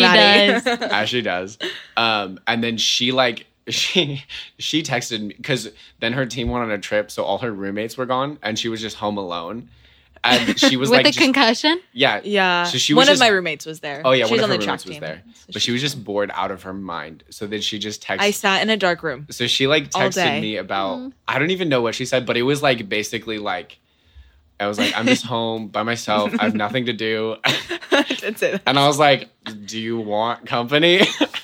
A: concussion,
B: does.
A: As she does. Um, and then she, like, [LAUGHS] she she texted me because then her team went on a trip, so all her roommates were gone, and she was just home alone. And she
C: [LAUGHS]
A: was
B: With
A: like,
B: a
A: just-
B: concussion.
A: yeah,
C: [LAUGHS] Yeah.
A: So she was
C: one
A: just-
C: of my roommates was there.
A: Oh yeah,
C: she
A: one
C: was
A: of her
C: on the track
A: roommates was
C: team.
A: there,
C: So
A: but she was just bored out of her mind. So then she just texted.
C: [LAUGHS] I sat in a
A: [LAUGHS]
C: dark room. [LAUGHS]
A: So she like
C: All
A: texted
C: day. Mm-hmm.
A: me about I don't even know what she said, but it was like basically like I was like I'm
C: [LAUGHS]
A: just home by myself. I have nothing to do,
C: That's it.
A: and I was like, "Do you want company?" [LAUGHS]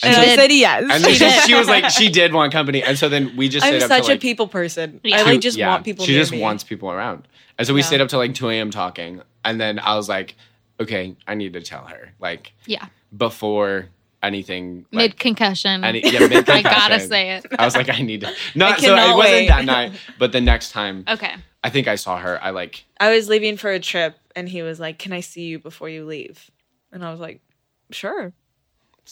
C: And I
B: did.
C: said yes.
A: And then
C: [LAUGHS]
A: she, she was like, "She did want company," and so then we just
C: I'm
A: stayed up
C: such
A: till,
C: a
A: like,
C: people person.
B: Yeah.
C: I like
A: two-
C: just
A: yeah,
C: want people.
A: She
C: near
A: just
C: me.
A: wants people around, and so we
C: Yeah.
A: stayed up till like 2 a.m. talking, and then I was like, "Okay, I need to tell her like
B: Yeah.
A: before anything like,
B: Mid concussion. [LAUGHS]
A: any, yeah,
C: [LAUGHS]
A: mid
B: I gotta say it.
A: I was like, I need to. Not so it
C: cannot
A: wasn't
C: wait.
A: that night, but the next time
B: Okay.
A: I think I saw her. I like
C: I was leaving for a trip, and he was like, "Can I see you before you leave?" And I was like, "Sure."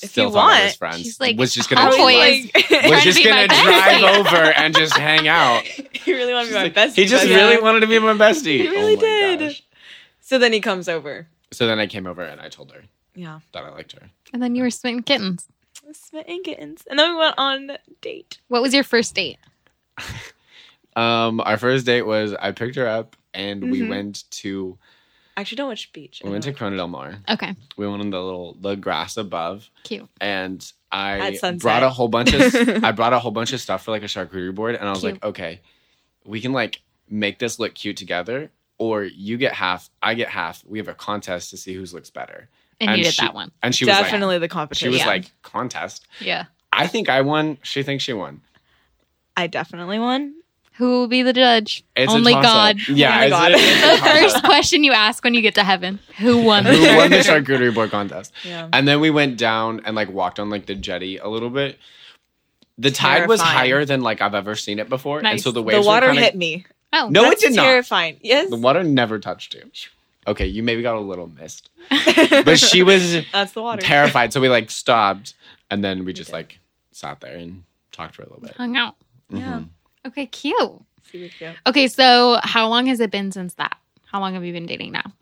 C: If
A: still
C: you
A: thought I was
C: want,
A: friends.
B: she's like,
A: was just
B: "Oh,
A: gonna
C: I
B: boy,
A: [LAUGHS] was
C: was
A: just
B: trying to
C: like, [LAUGHS]
B: be my
A: gonna drive
B: bestie."
A: over and just hang out.
C: he really wanted to be my best.
A: He just really wanted to be my bestie.
C: [LAUGHS]
A: Oh
C: He really
A: my
C: did.
A: gosh.
C: So then he comes over.
A: So then I came over and I told her
C: Yeah.
A: that I liked her.
B: And then you were smitten kittens.
C: Smitten kittens, and then we went on a date.
B: What was your first date?
A: Um, our first date was I picked her up and we
C: Mhm.
A: went to
C: Actually, don't which beach.
A: we went to Corona Del Mar.
B: Okay.
A: We went on the little the grass above.
B: Cute.
A: and I
C: At sunset.
A: brought a whole bunch of
C: [LAUGHS]
A: I brought a whole bunch of stuff for like a charcuterie board, and I was
B: Cute.
A: like, okay, we can like make this look cute together, or you get half, I get half. We have a contest to see whose looks better.
B: And, you did
A: she-
B: that one.
A: And she was
C: Definitely the
A: like,
C: competition.
A: she was
B: Yeah.
A: like, contest.
B: Yeah.
A: I think I won. She thinks she won.
C: I definitely won.
B: Who will be the judge?
A: It's
B: Only
A: a toss-up. [LAUGHS]
B: God.
A: Yeah,
C: Only Oh God.
A: it's a-
B: The
A: it's a
B: first
A: toss-up.
B: question you ask when you get to heaven. Who
A: [LAUGHS]
B: won?
A: Who
C: [LAUGHS]
A: won the charcuterie board contest?
C: Yeah.
A: And then we went down and like walked on like the jetty a little bit. The tide was
C: Terrifying.
A: higher than like I've ever seen it before, and
B: Nice.
A: so the waves
C: The
A: were
C: water
A: kinda-
C: hit me.
B: Oh.
A: No, it
C: That's
A: did not.
C: terrifying. Yes.
A: The water never touched you. Okay, you maybe got a little missed,
C: [LAUGHS]
A: but she was
C: That's the water.
A: terrified. So we like stopped, and then we just
C: did.
A: like sat there and talked for a little bit.
B: Hung out.
C: Yeah.
A: Mhm.
B: Okay, cute.
C: Super cute.
B: Okay, so how long has it been since that? How long have you been dating now?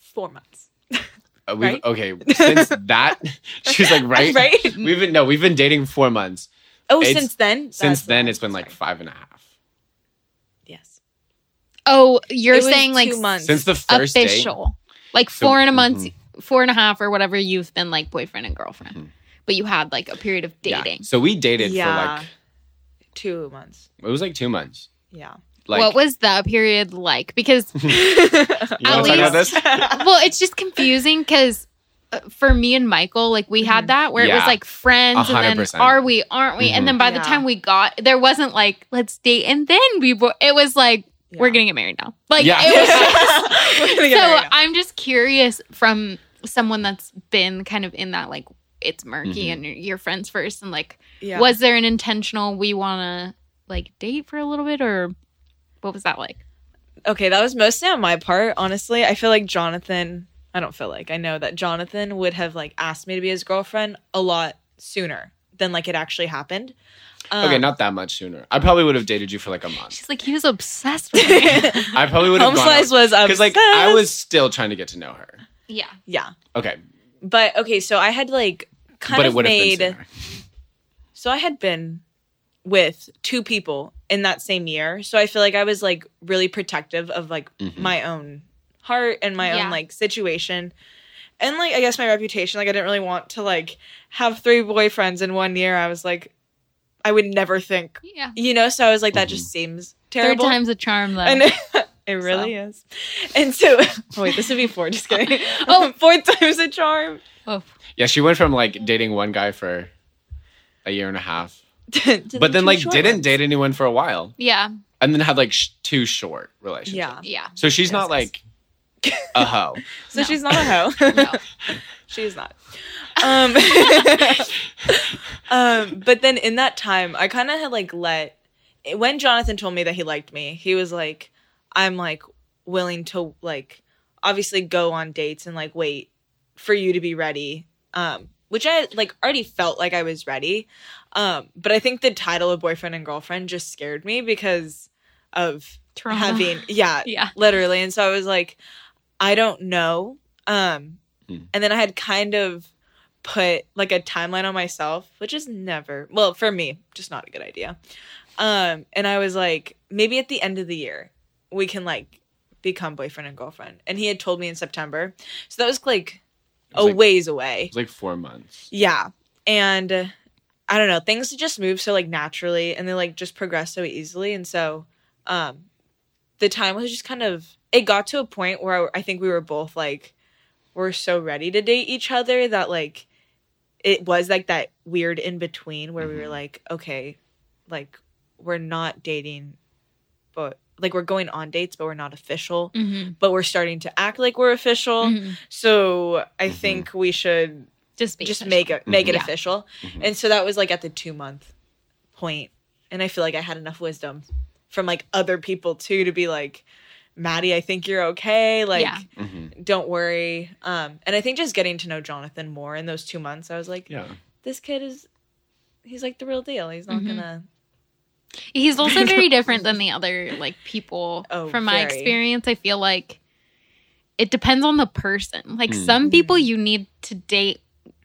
C: Four months.
A: Uh, we've,
C: Right?
A: Okay, since that, [LAUGHS] she was like, right,
C: [LAUGHS] Right?
A: We've been no, we've been dating four months.
C: Oh,
A: It's-
C: since then.
A: Since
C: That's-
A: then, it's been like
C: sorry.
A: five and a half.
C: Yes.
B: Oh, you're
C: It was
B: saying like
C: two months.
A: Since the first
B: official. Like
A: So- mm-hmm.
B: four and a month, four and a half or whatever you've been like boyfriend and girlfriend. But you had like a period of
A: date, Hmm. yeah.
B: dating.
A: So we dated
C: Yeah.
A: for
C: Two months.
A: like it was like two months. [LAUGHS]
C: Yeah.
A: Like
B: what was that period like? Because
A: [LAUGHS]
C: [LAUGHS]
A: you wanna
B: at
A: talk about this?
B: least- well, it's just confusing because for me and Michael, like we
C: Mm-hmm.
B: had that where it was
A: Yeah.
B: like friends
A: A hundred
B: and then
A: percent.
B: are we, aren't we? And then by the
C: Mm-hmm. Yeah.
B: time we got there, wasn't like let's date and then we were. It was like we're
C: Yeah.
B: gonna get married now. Like
A: Yeah. [LAUGHS]
B: it was.
C: [LAUGHS] We're gonna get
B: so
C: married now.
B: I'm just curious from someone that's been kind of in that like it's murky
A: Mhm.
B: and you're- you're friends first and like
C: yeah.
B: was there an intentional we want to like date for a little bit or what was that like?
C: okay, that was mostly on my part, honestly. I feel like Jonathan, I don't feel like, I know that Jonathan would have like asked me to be his girlfriend a lot sooner than like it actually happened. Um, [LAUGHS]
A: Okay, not that much sooner. I probably would have dated you for like a month.
B: She's like, he was obsessed with
C: [LAUGHS]
B: me.
A: I probably would have
C: Home
A: gone out-
C: slice was
A: because like I
C: obsessed.
A: was still trying to get to know her.
B: yeah.
C: yeah,
A: Okay,
C: but okay. So I had like kind
A: but it
C: of
A: would have
C: made.
A: been sooner.
C: so I had been with two people in that same year. So I feel like I was like really protective of like
A: Mhm.
C: my own heart and my
B: Yeah.
C: own like situation. And like I guess my reputation, like I didn't really want to like have three boyfriends in one year. I was like I would never think,
B: Yeah.
C: you know, so I was like that
A: Mhm.
C: just seems
B: Third
C: terrible. [LAUGHS]
B: time's a charm, though.
C: and [LAUGHS] it really is. And so [LAUGHS] oh, wait, this would be four, just kidding. [LAUGHS] Oh, fourth time's a charm.
B: Oh,
A: Yeah, she went from like dating one guy for a year and a half,
C: To the
A: but then
C: two
A: like
C: short
A: didn't
C: ones.
A: date anyone for a while,
B: yeah.
C: Um,
A: and then had like sh- two short relationships.
C: Yeah. [LAUGHS]
B: Yeah.
A: So she's
C: Yes,
A: not like
C: yes.
A: a hoe.
C: So
B: No.
C: she's not a hoe. [LAUGHS]
B: No.
C: She's not. Um, [LAUGHS] um, but then in that time, I kind of had like let when Jonathan told me that he liked me, he was like, "I'm like willing to like obviously go on dates and like wait for you to be ready." Um, which I like already felt like I was ready, um, but I think the title of boyfriend and girlfriend just scared me because of
B: Trauma.
C: having yeah
B: [LAUGHS] Yeah.
C: literally and so i was like i don't know um
A: Hmm.
C: and then i had kind of put like a timeline on myself which is never well for me just not a good idea um and i was like maybe at the end of the year we can like become boyfriend and girlfriend and he had told me in september so that was like
A: It
C: a
A: was, like-
C: ways away
A: It was like four months.
C: yeah. And uh, I don't know, things just move so like naturally and they like just progress so easily. And so um the time was just kind of it got to a point where I, I think we were both like we're so ready to date each other that like it was like that weird in between where we were
A: Mhm.
C: like, okay, like we're not dating but like we're going on dates but we're not official.
B: Mhm.
C: But we're starting to act like we're official.
B: Mhm.
C: So I
A: Mhm.
C: think we should
B: Just be
C: just
B: special.
C: make it make it
B: Mhm. Yeah.
C: official.
A: Mhm.
C: And so that was like at the two month point, and I feel like I had enough wisdom from like other people too to be like, Maddie, I think you're okay. Like,
B: Yeah.
A: hmm
C: don't worry. Um, and I think just getting to know Jonathan more in those two months, I was like,
A: Yeah.
C: this kid is, he's like the real deal. He's not
B: Mhm.
C: gonna.
B: He's
C: [LAUGHS]
B: also very different than the other like people.
C: Oh,
B: From my
C: very.
B: experience, I feel like it depends on the person. Like
A: Mm.
B: some people
C: Hmm.
B: you need to date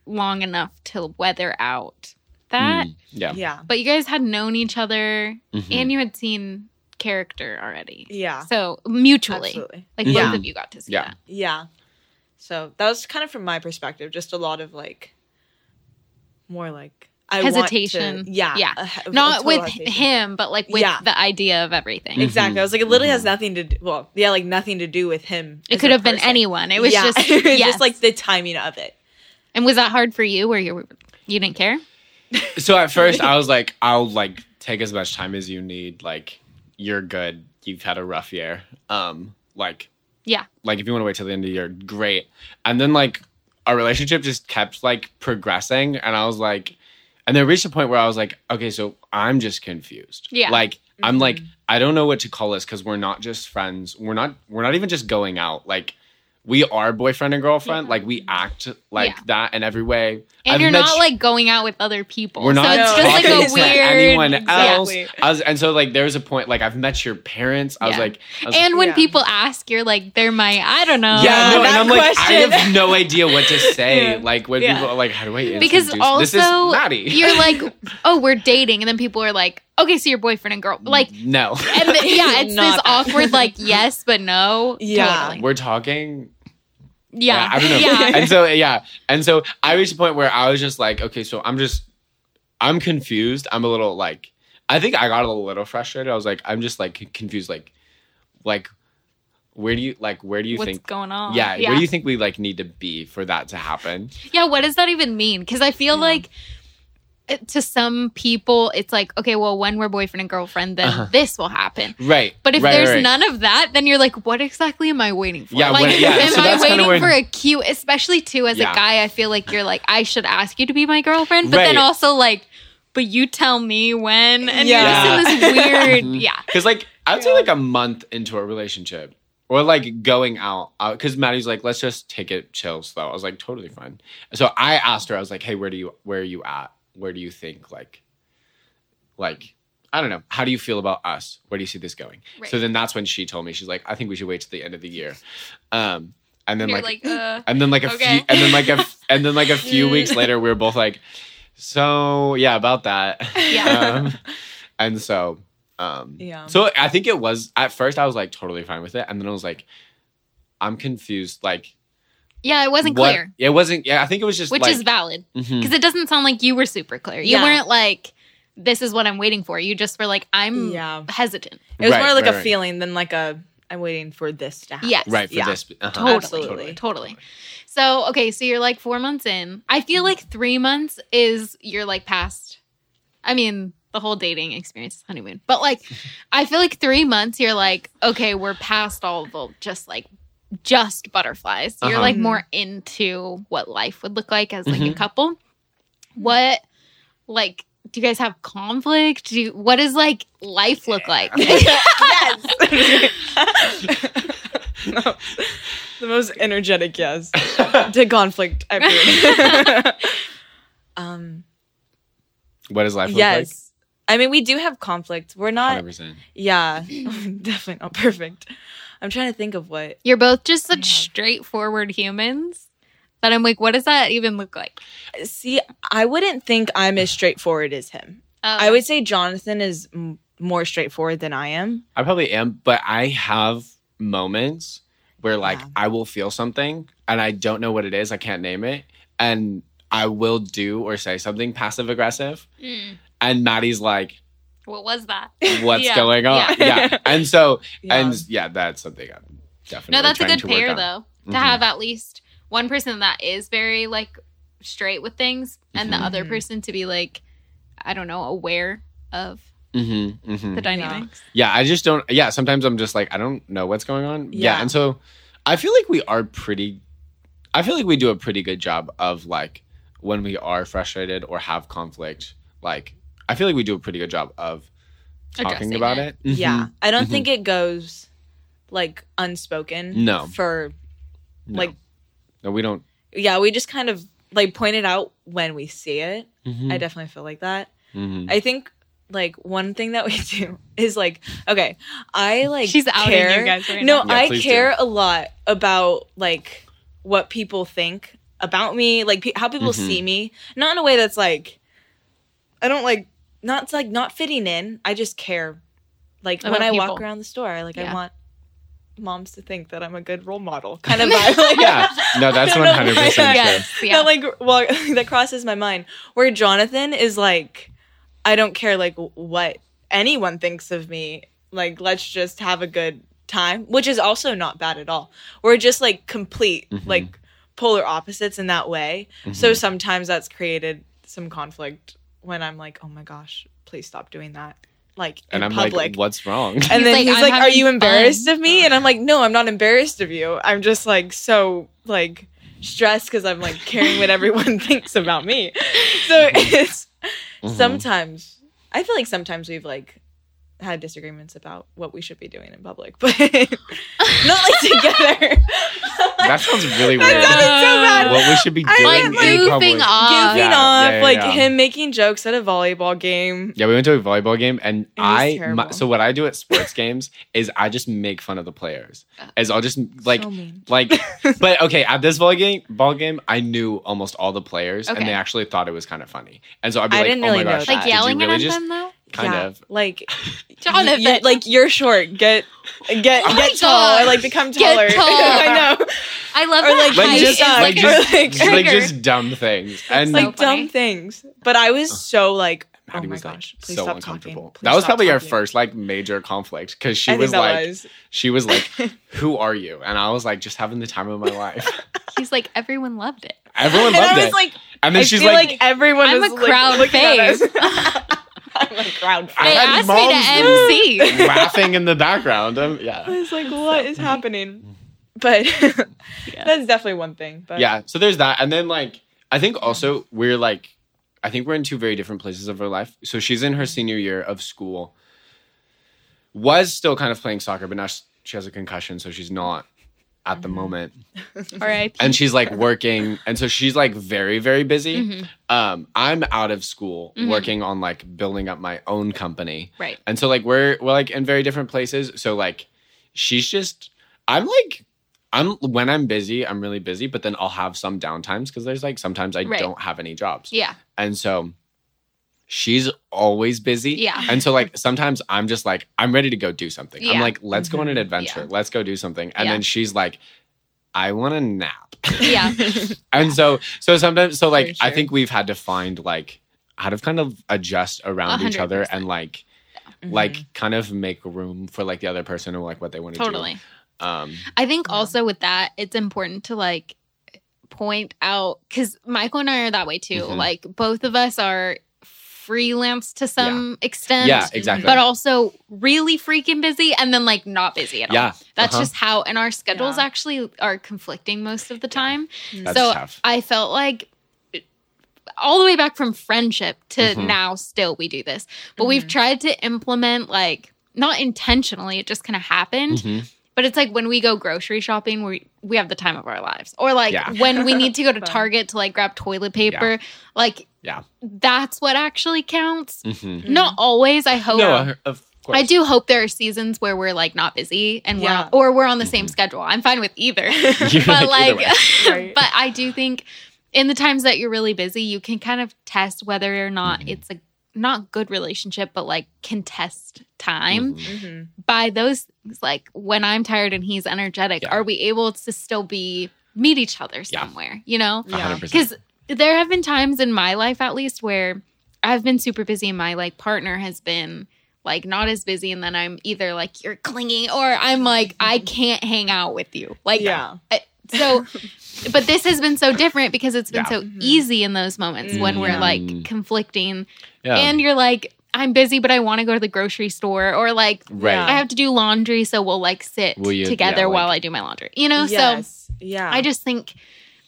B: long enough to weather out that.
A: Mm. Yeah.
C: Yeah,
B: But you guys had known each other
A: Mhm.
B: and you had seen character already.
C: yeah,
B: So mutually.
C: absolutely,
B: Like
A: Mhm.
B: both
A: Yeah.
B: of you got to see
A: Yeah.
B: that.
C: yeah. So that was kind of from my perspective, just a lot of like, more like I want to-
B: Hesitation.
C: yeah,
B: Yeah.
C: a he- a
B: Not
C: total
B: with
C: hesitation.
B: him, but like with
C: Yeah.
B: the idea of everything.
A: Mhm.
C: Exactly. I was like, it literally
A: Mhm.
C: has nothing to do. Well, yeah, like nothing to do with him.
B: It
C: as
B: could
C: a
B: have been
C: person.
B: anyone. It was
C: Yeah.
B: just
C: [LAUGHS] it was
B: yes.
C: just like the timing of it.
B: And was that hard for you where you were you didn't care?
A: So at first I was like, I'll like take as much time as you need. Like you're good. You've had a rough year. Um, like
B: Yeah.
A: like if you want to wait till the end of the year, great. And then like our relationship just kept like progressing, and I was like, and then it reached a point where I was like, okay, so I'm just confused.
B: Yeah. Mm-hmm.
A: Like I'm like
C: Mhm.
A: I don't know what to call this because we're not just friends. We're not we're not even just going out. Like we are boyfriend and girlfriend.
B: Yeah.
A: Like we act like
B: Yeah.
A: that in every way.
B: And
A: I've
B: you're
A: met
B: not
A: sh-
B: like going out with other people.
A: we're not
B: so it's just like
A: talking
B: a
A: to
B: weird
A: anyone
C: Exactly.
A: else. I was, and so like there was a point like I've met your parents. I was
B: Yeah.
A: like, I was
B: And when
C: Yeah.
B: people ask, you're like, they're my I don't know.
A: like, yeah, no, and
C: Uh, that
A: I'm like I
C: question.
A: have no idea what
C: [LAUGHS]
A: to say.
C: Yeah.
A: Like when
C: Yeah.
A: people are like, how do I introduce
B: Because
A: this is
B: also,
A: Maddie? [LAUGHS]
B: You're like, oh, we're dating, and then people are like, okay, so you're boyfriend and girl,
C: [LAUGHS]
A: [LAUGHS]
B: like,
A: no,
B: and the- yeah, it's
C: Not
B: this
C: that.
B: awkward,
C: [LAUGHS]
B: like, yes but no,
C: Yeah.
B: totally.
A: we're talking.
B: yeah,
A: I don't know.
B: yeah,
A: And so yeah, and so I reached a point where I was just like, okay, so I'm just, I'm confused. I'm a little like, I think I got a little frustrated. I was like, I'm just like confused. Like, like where do you like where do you
B: what's
A: think?
B: going on?
A: Yeah,
B: yeah,
A: where do you think we like need to be for that to happen?
B: yeah. What does that even mean? Because I feel
C: Yeah.
B: like it- to some people, it's like, okay, well, when we're boyfriend and girlfriend, then
A: Uh-huh.
B: this will happen.
A: Right.
B: But if
A: right,
B: there's
A: right, right.
B: none of that, then you're like, what exactly am I waiting for?
A: Yeah,
B: like,
A: when- yeah,
B: am
A: so
B: I
A: that's kinda
B: waiting
A: where-
B: for a cue? Especially too, as a
A: Yeah.
B: guy, I feel like you're like, I should ask you to be my girlfriend, but then
A: Right.
B: also like, but you tell me when, and
C: Yeah.
A: [LAUGHS]
B: you're just in this weird,
A: Mhm.
B: [LAUGHS] yeah,
A: Cause like I'd say
C: Yeah.
A: like a month into a relationship, Or like going out, because Maddie's like, let's just take it chill slow. I was like, totally fine. So I asked her, I was like, hey, where do you where are you at? Where do you think like, like, I don't know, how do you feel about us? Where do you see this going?
B: Right.
A: So then that's when she told me she's like, I think we should wait till the end of the year, um, and then
B: You're
A: like,
B: like, uh,
A: and then like a
B: Okay.
A: few, and then like a f- and then like a few
B: [LAUGHS]
A: weeks later, we were both like, so yeah, about that, [LAUGHS]
B: Yeah.
A: um, and so um,
C: Yeah.
A: so I think it was at first I was like totally fine with it, and then I was like, I'm confused, like
B: yeah, it wasn't
A: what-
B: clear,
A: It wasn't. Yeah, I think it was just
B: which
A: like,
B: is valid
A: mhm.
B: because it doesn't sound like you were super clear. You
C: Mm-hmm. Yeah.
B: weren't like, this is what I'm waiting for. You just were like, I'm
C: Yeah.
B: hesitant.
C: It was
A: Right,
C: more like
A: right,
C: a
A: right.
C: feeling than like a I'm waiting for this to happen.
B: Yes.
A: right for
C: yeah.
A: this. uh-huh,
B: Totally,
C: Absolutely.
B: totally, So okay, so you're like four months in. I feel like three months is you're like past. I mean, the whole dating experience is honeymoon, but like, I feel like three months you're like, okay, we're past all the just like just butterflies. You're
A: Uh-huh.
B: like
C: Mhm.
B: more into what life would look like as like a
A: Mhm.
B: couple. What like do you guys have conflict? Do you, what does like life look like?
C: yes. No. [LAUGHS] The most energetic yes to conflict
B: [LAUGHS]
C: ever. um
A: What does life look
C: yes. I mean we do have conflict. We're
A: like?
C: not
A: Hundred percent.
C: yeah, [LAUGHS] definitely not perfect. I'm trying to think of what.
B: You're both just such
C: Yeah.
B: straightforward humans that I'm like, what does that even look like?
C: See, I wouldn't think I'm as straightforward as him.
B: Oh,
C: I would say Jonathan is m- more straightforward than I am.
A: I probably am, but I have moments where like
C: Yeah.
A: I will feel something and I don't know what it is. I can't name it. And I will do or say something passive aggressive.
B: Mm,
A: And Maddie's
B: [LAUGHS]
A: like,
B: what was that?
A: what's
B: Yeah,
A: going on?
C: yeah.
A: Yeah.
B: [LAUGHS]
A: And so,
C: Yeah.
A: and yeah, that's something I'm definitely
B: No, that's a
A: trying
B: good
A: to work
B: pair
A: on.
B: though to
A: Mhm.
B: have at least one person that is very like straight with things, and the
A: Mhm.
B: other
C: Mhm.
B: person to be like, I don't know, aware of
A: Mhm, mhm.
B: the dynamics.
A: Yeah, I just don't. Yeah, sometimes I'm just like, I don't know what's going on. Yeah.
C: Yeah.
A: And so I feel like we are pretty, I feel like we do a pretty good job of like when we are frustrated or have conflict, like, I feel like we do a pretty good job of talking
B: Addressing
A: about
B: it.
A: it.
C: Yeah.
A: Mhm.
C: I don't
A: Mhm.
C: think it goes like unspoken.
A: No.
C: For
A: No.
C: like
A: Mm-hmm. no, we don't.
C: yeah, we just kind of like point it out when we see it.
A: Mhm.
C: I definitely feel like that. [LAUGHS]
A: Mhm.
C: I think like one thing that we [LAUGHS] do is like okay, I like
B: She's outing you
C: care.
B: guys right
C: no, uh,
A: now. Yeah,
C: I
A: please
C: care a lot about like what people think about me, like pe- how people
A: Mhm.
C: see me. Not in a way that's like I don't like not it's, like not fitting in. I just care. Like when
B: About
C: I walk
B: people.
C: around the store, like
B: Yeah.
C: I want moms to think that I'm a good role model
B: [LAUGHS]
C: kind of vibe. Like,
A: yeah. No, that's
C: I don't know
A: 100%
C: why
A: true.
C: I-
B: Yes, yeah.
C: that like well [LAUGHS] that crosses my mind where jonathan is like i don't care like what anyone thinks of me like let's just have a good time which is also not bad at all we're just like complete
A: Mhm.
C: like polar opposites in that way
A: Mm-hmm.
C: so sometimes that's created some conflict when i'm like oh my gosh please stop doing that like
A: and
C: in
A: I'm
C: public
A: like, what's
C: [LAUGHS]
A: wrong?
C: and
B: He's
C: then
B: like,
C: he's
B: "I'm
C: like, "Are
B: having
C: you
B: fun."
C: embarrassed of me?" And I'm like, "No, I'm not embarrassed of you. I'm just like so like stressed because I'm like caring what everyone [LAUGHS] thinks about me." So
A: Mm-hmm.
C: it's
A: Mhm.
C: sometimes I feel like sometimes we've like had disagreements about what we should be doing in public, [LAUGHS] but not
A: [LAUGHS]
C: like together.
A: Mm-hmm.
C: [LAUGHS]
A: that sounds really
C: That
A: weird.
C: sounded so bad.
A: what we should be
C: I
A: doing
B: like
C: went, like,
A: in
B: goofing
A: public.
B: off.
C: Goofing
A: Yeah,
C: off,
A: yeah, yeah,
C: like
A: yeah.
C: him making jokes at a volleyball game.
A: Yeah, we went to a volleyball game, and
C: was
A: I. My,
C: terrible.
A: so what I do at sports [LAUGHS] games is I just make fun of the players. Is I'll just like
C: So mean.
A: like,
C: [LAUGHS]
A: but okay, at this volleyball game, ball game, I knew almost all the players,
B: Okay.
A: and they actually thought it was kind of funny. And so I'd be
C: I
A: like,
C: didn't
A: "Oh my
C: really
A: gosh,
C: know
B: Like
A: did
C: that.
A: you
B: yelling
A: really
B: at
A: just
B: them though.
A: kind
C: Yeah,
A: of."
C: Like
B: Jonathan,
C: You- you- like you're short. Get get
B: Oh my
C: get tall or
B: gosh.
C: like become
B: Get
C: taller. [LAUGHS]
B: tall.
C: I know.
B: I love
C: Or,
B: that.
A: [LAUGHS]
C: like,
A: Like
B: height
A: just,
B: is
A: like,
B: a-
A: just,
C: like,
A: just, like,
C: trigger. [LAUGHS]
A: just dumb things, and
B: so
C: like
B: funny.
C: dumb things. But I was so like, oh
A: Maddie
C: my
A: was like
C: gosh, please
A: so
C: stop talking.
A: uncomfortable.
C: Please
A: That was
C: stop
A: probably our
C: talking.
A: first like major conflict because she
C: I think
A: was
C: that
A: like,
C: was.
A: she was
C: [LAUGHS]
A: like, "Who are you?" And I was like, "Just having the time of my life." [LAUGHS]
B: He's like everyone loved it.
A: [LAUGHS] Everyone
C: and
A: loved
C: I was
A: it,
C: like,
A: and
C: I
A: then she's
C: feel
A: like,
C: like, everyone
B: I'm
C: is
B: a
C: like,
B: crowd
C: looking at
B: fave. [LAUGHS]
C: us. I'm a crowd
A: I
B: They
C: fave.
A: had
B: asked
A: moms
B: me to MC.
A: laughing in the background. Um, yeah.
C: I was like, what is
A: Mm-hmm.
C: happening? But [LAUGHS] that's definitely one thing. But [LAUGHS]
A: yeah so there's that and then like i think also we're like i think we're in two very different places of her life so she's in her senior year of school was still kind of playing soccer but now sh- she has a concussion, so she's not at the moment.
B: All right.
A: And she's like working, and so she's like very, very busy.
B: Mhm.
A: Um, I'm out of school,
B: Mhm.
A: working on like building up my own company,
B: Right.
A: and so like we're we're like in very different places. So like, she's just I'm like. I'm when I'm busy, I'm really busy, but then I'll have some downtimes because there's like sometimes I
B: Right.
A: don't have any jobs. [LAUGHS]
B: Yeah.
A: And so she's always busy.
B: Yeah.
A: And so like sometimes I'm just like, I'm ready to go do something. I'm
B: Yeah. Mm-hmm.
A: like, let's go on an adventure.
B: Yeah.
A: Let's go do something. And
B: Yeah.
A: then she's like, I want a nap.
B: Yeah.
C: Mm-hmm.
A: and so so sometimes so like
C: For
A: I
C: sure.
A: think we've had to find like how to kind of adjust around each other
B: 100%.
A: and like
C: Mhm.
B: Mm-hmm.
A: like kind of make room for like the other person or like what they want to
B: totally.
A: do. Um
B: I think
C: Yeah.
B: also with that, it's important to like point out because Michael and I are that way too.
A: Mhm.
B: Like both of us are freelance to some extent.
A: Yeah, exactly.
B: But also really freaking busy and then like not busy at all.
A: yeah.
B: That's
A: uh-huh.
B: just how and our schedules
C: Yeah.
B: actually are conflicting most of the time.
A: That's
B: so
A: tough.
B: I felt like all the way back from friendship to
A: Mhm.
B: now still we do this. But we've
C: Mhm.
B: tried to implement like not intentionally, it just kind of happened.
A: Mhm.
B: But it's like when we go grocery shopping, we we have the time of our lives. Or like
A: Yeah.
B: when we need to
C: [LAUGHS]
B: go to
C: Fun.
B: Target to like grab toilet paper, like
A: Yeah.
B: that's what actually counts.
A: Mhm.
C: Mm-hmm.
B: Not always, I hope.
A: No, uh, of course.
B: I do hope there are seasons where we're like not busy and we're
C: Yeah.
B: on, or we're on the same schedule. I'm fine with
A: [LAUGHS]
B: either.
A: You're
B: [LAUGHS] but
A: Mm-hmm. either
B: like,
A: way.
C: Right.
B: but I do think in the times that you're really busy, you can kind of test whether or not
A: Mhm.
B: it's a not good relationship, but like can test time
A: Mhm.
C: Mhm.
B: by those things. Like when I'm tired and he's energetic,
A: Yeah.
B: are we able to still be meet each other
A: Yeah.
B: somewhere? You know,
A: A hundred percent.
B: because there have been times in my life at least where i've been super busy and my like partner has been like not as busy and then i'm either like you're clinging or i'm like i can't hang out with you like
C: Mm-hmm. yeah.
B: so but this has been so different because it's been
A: Yeah.
B: so
C: Mhm.
B: easy in those moments when we're like
A: Mm.
B: conflicting
A: Yeah.
B: and you're like i'm busy but i want to go to the grocery store or like
A: right.
C: Yeah.
B: i have to do laundry so we'll like sit
A: Will you-
B: together
A: yeah, like-
B: while i do my laundry you know so
C: yes. yeah.
B: I just think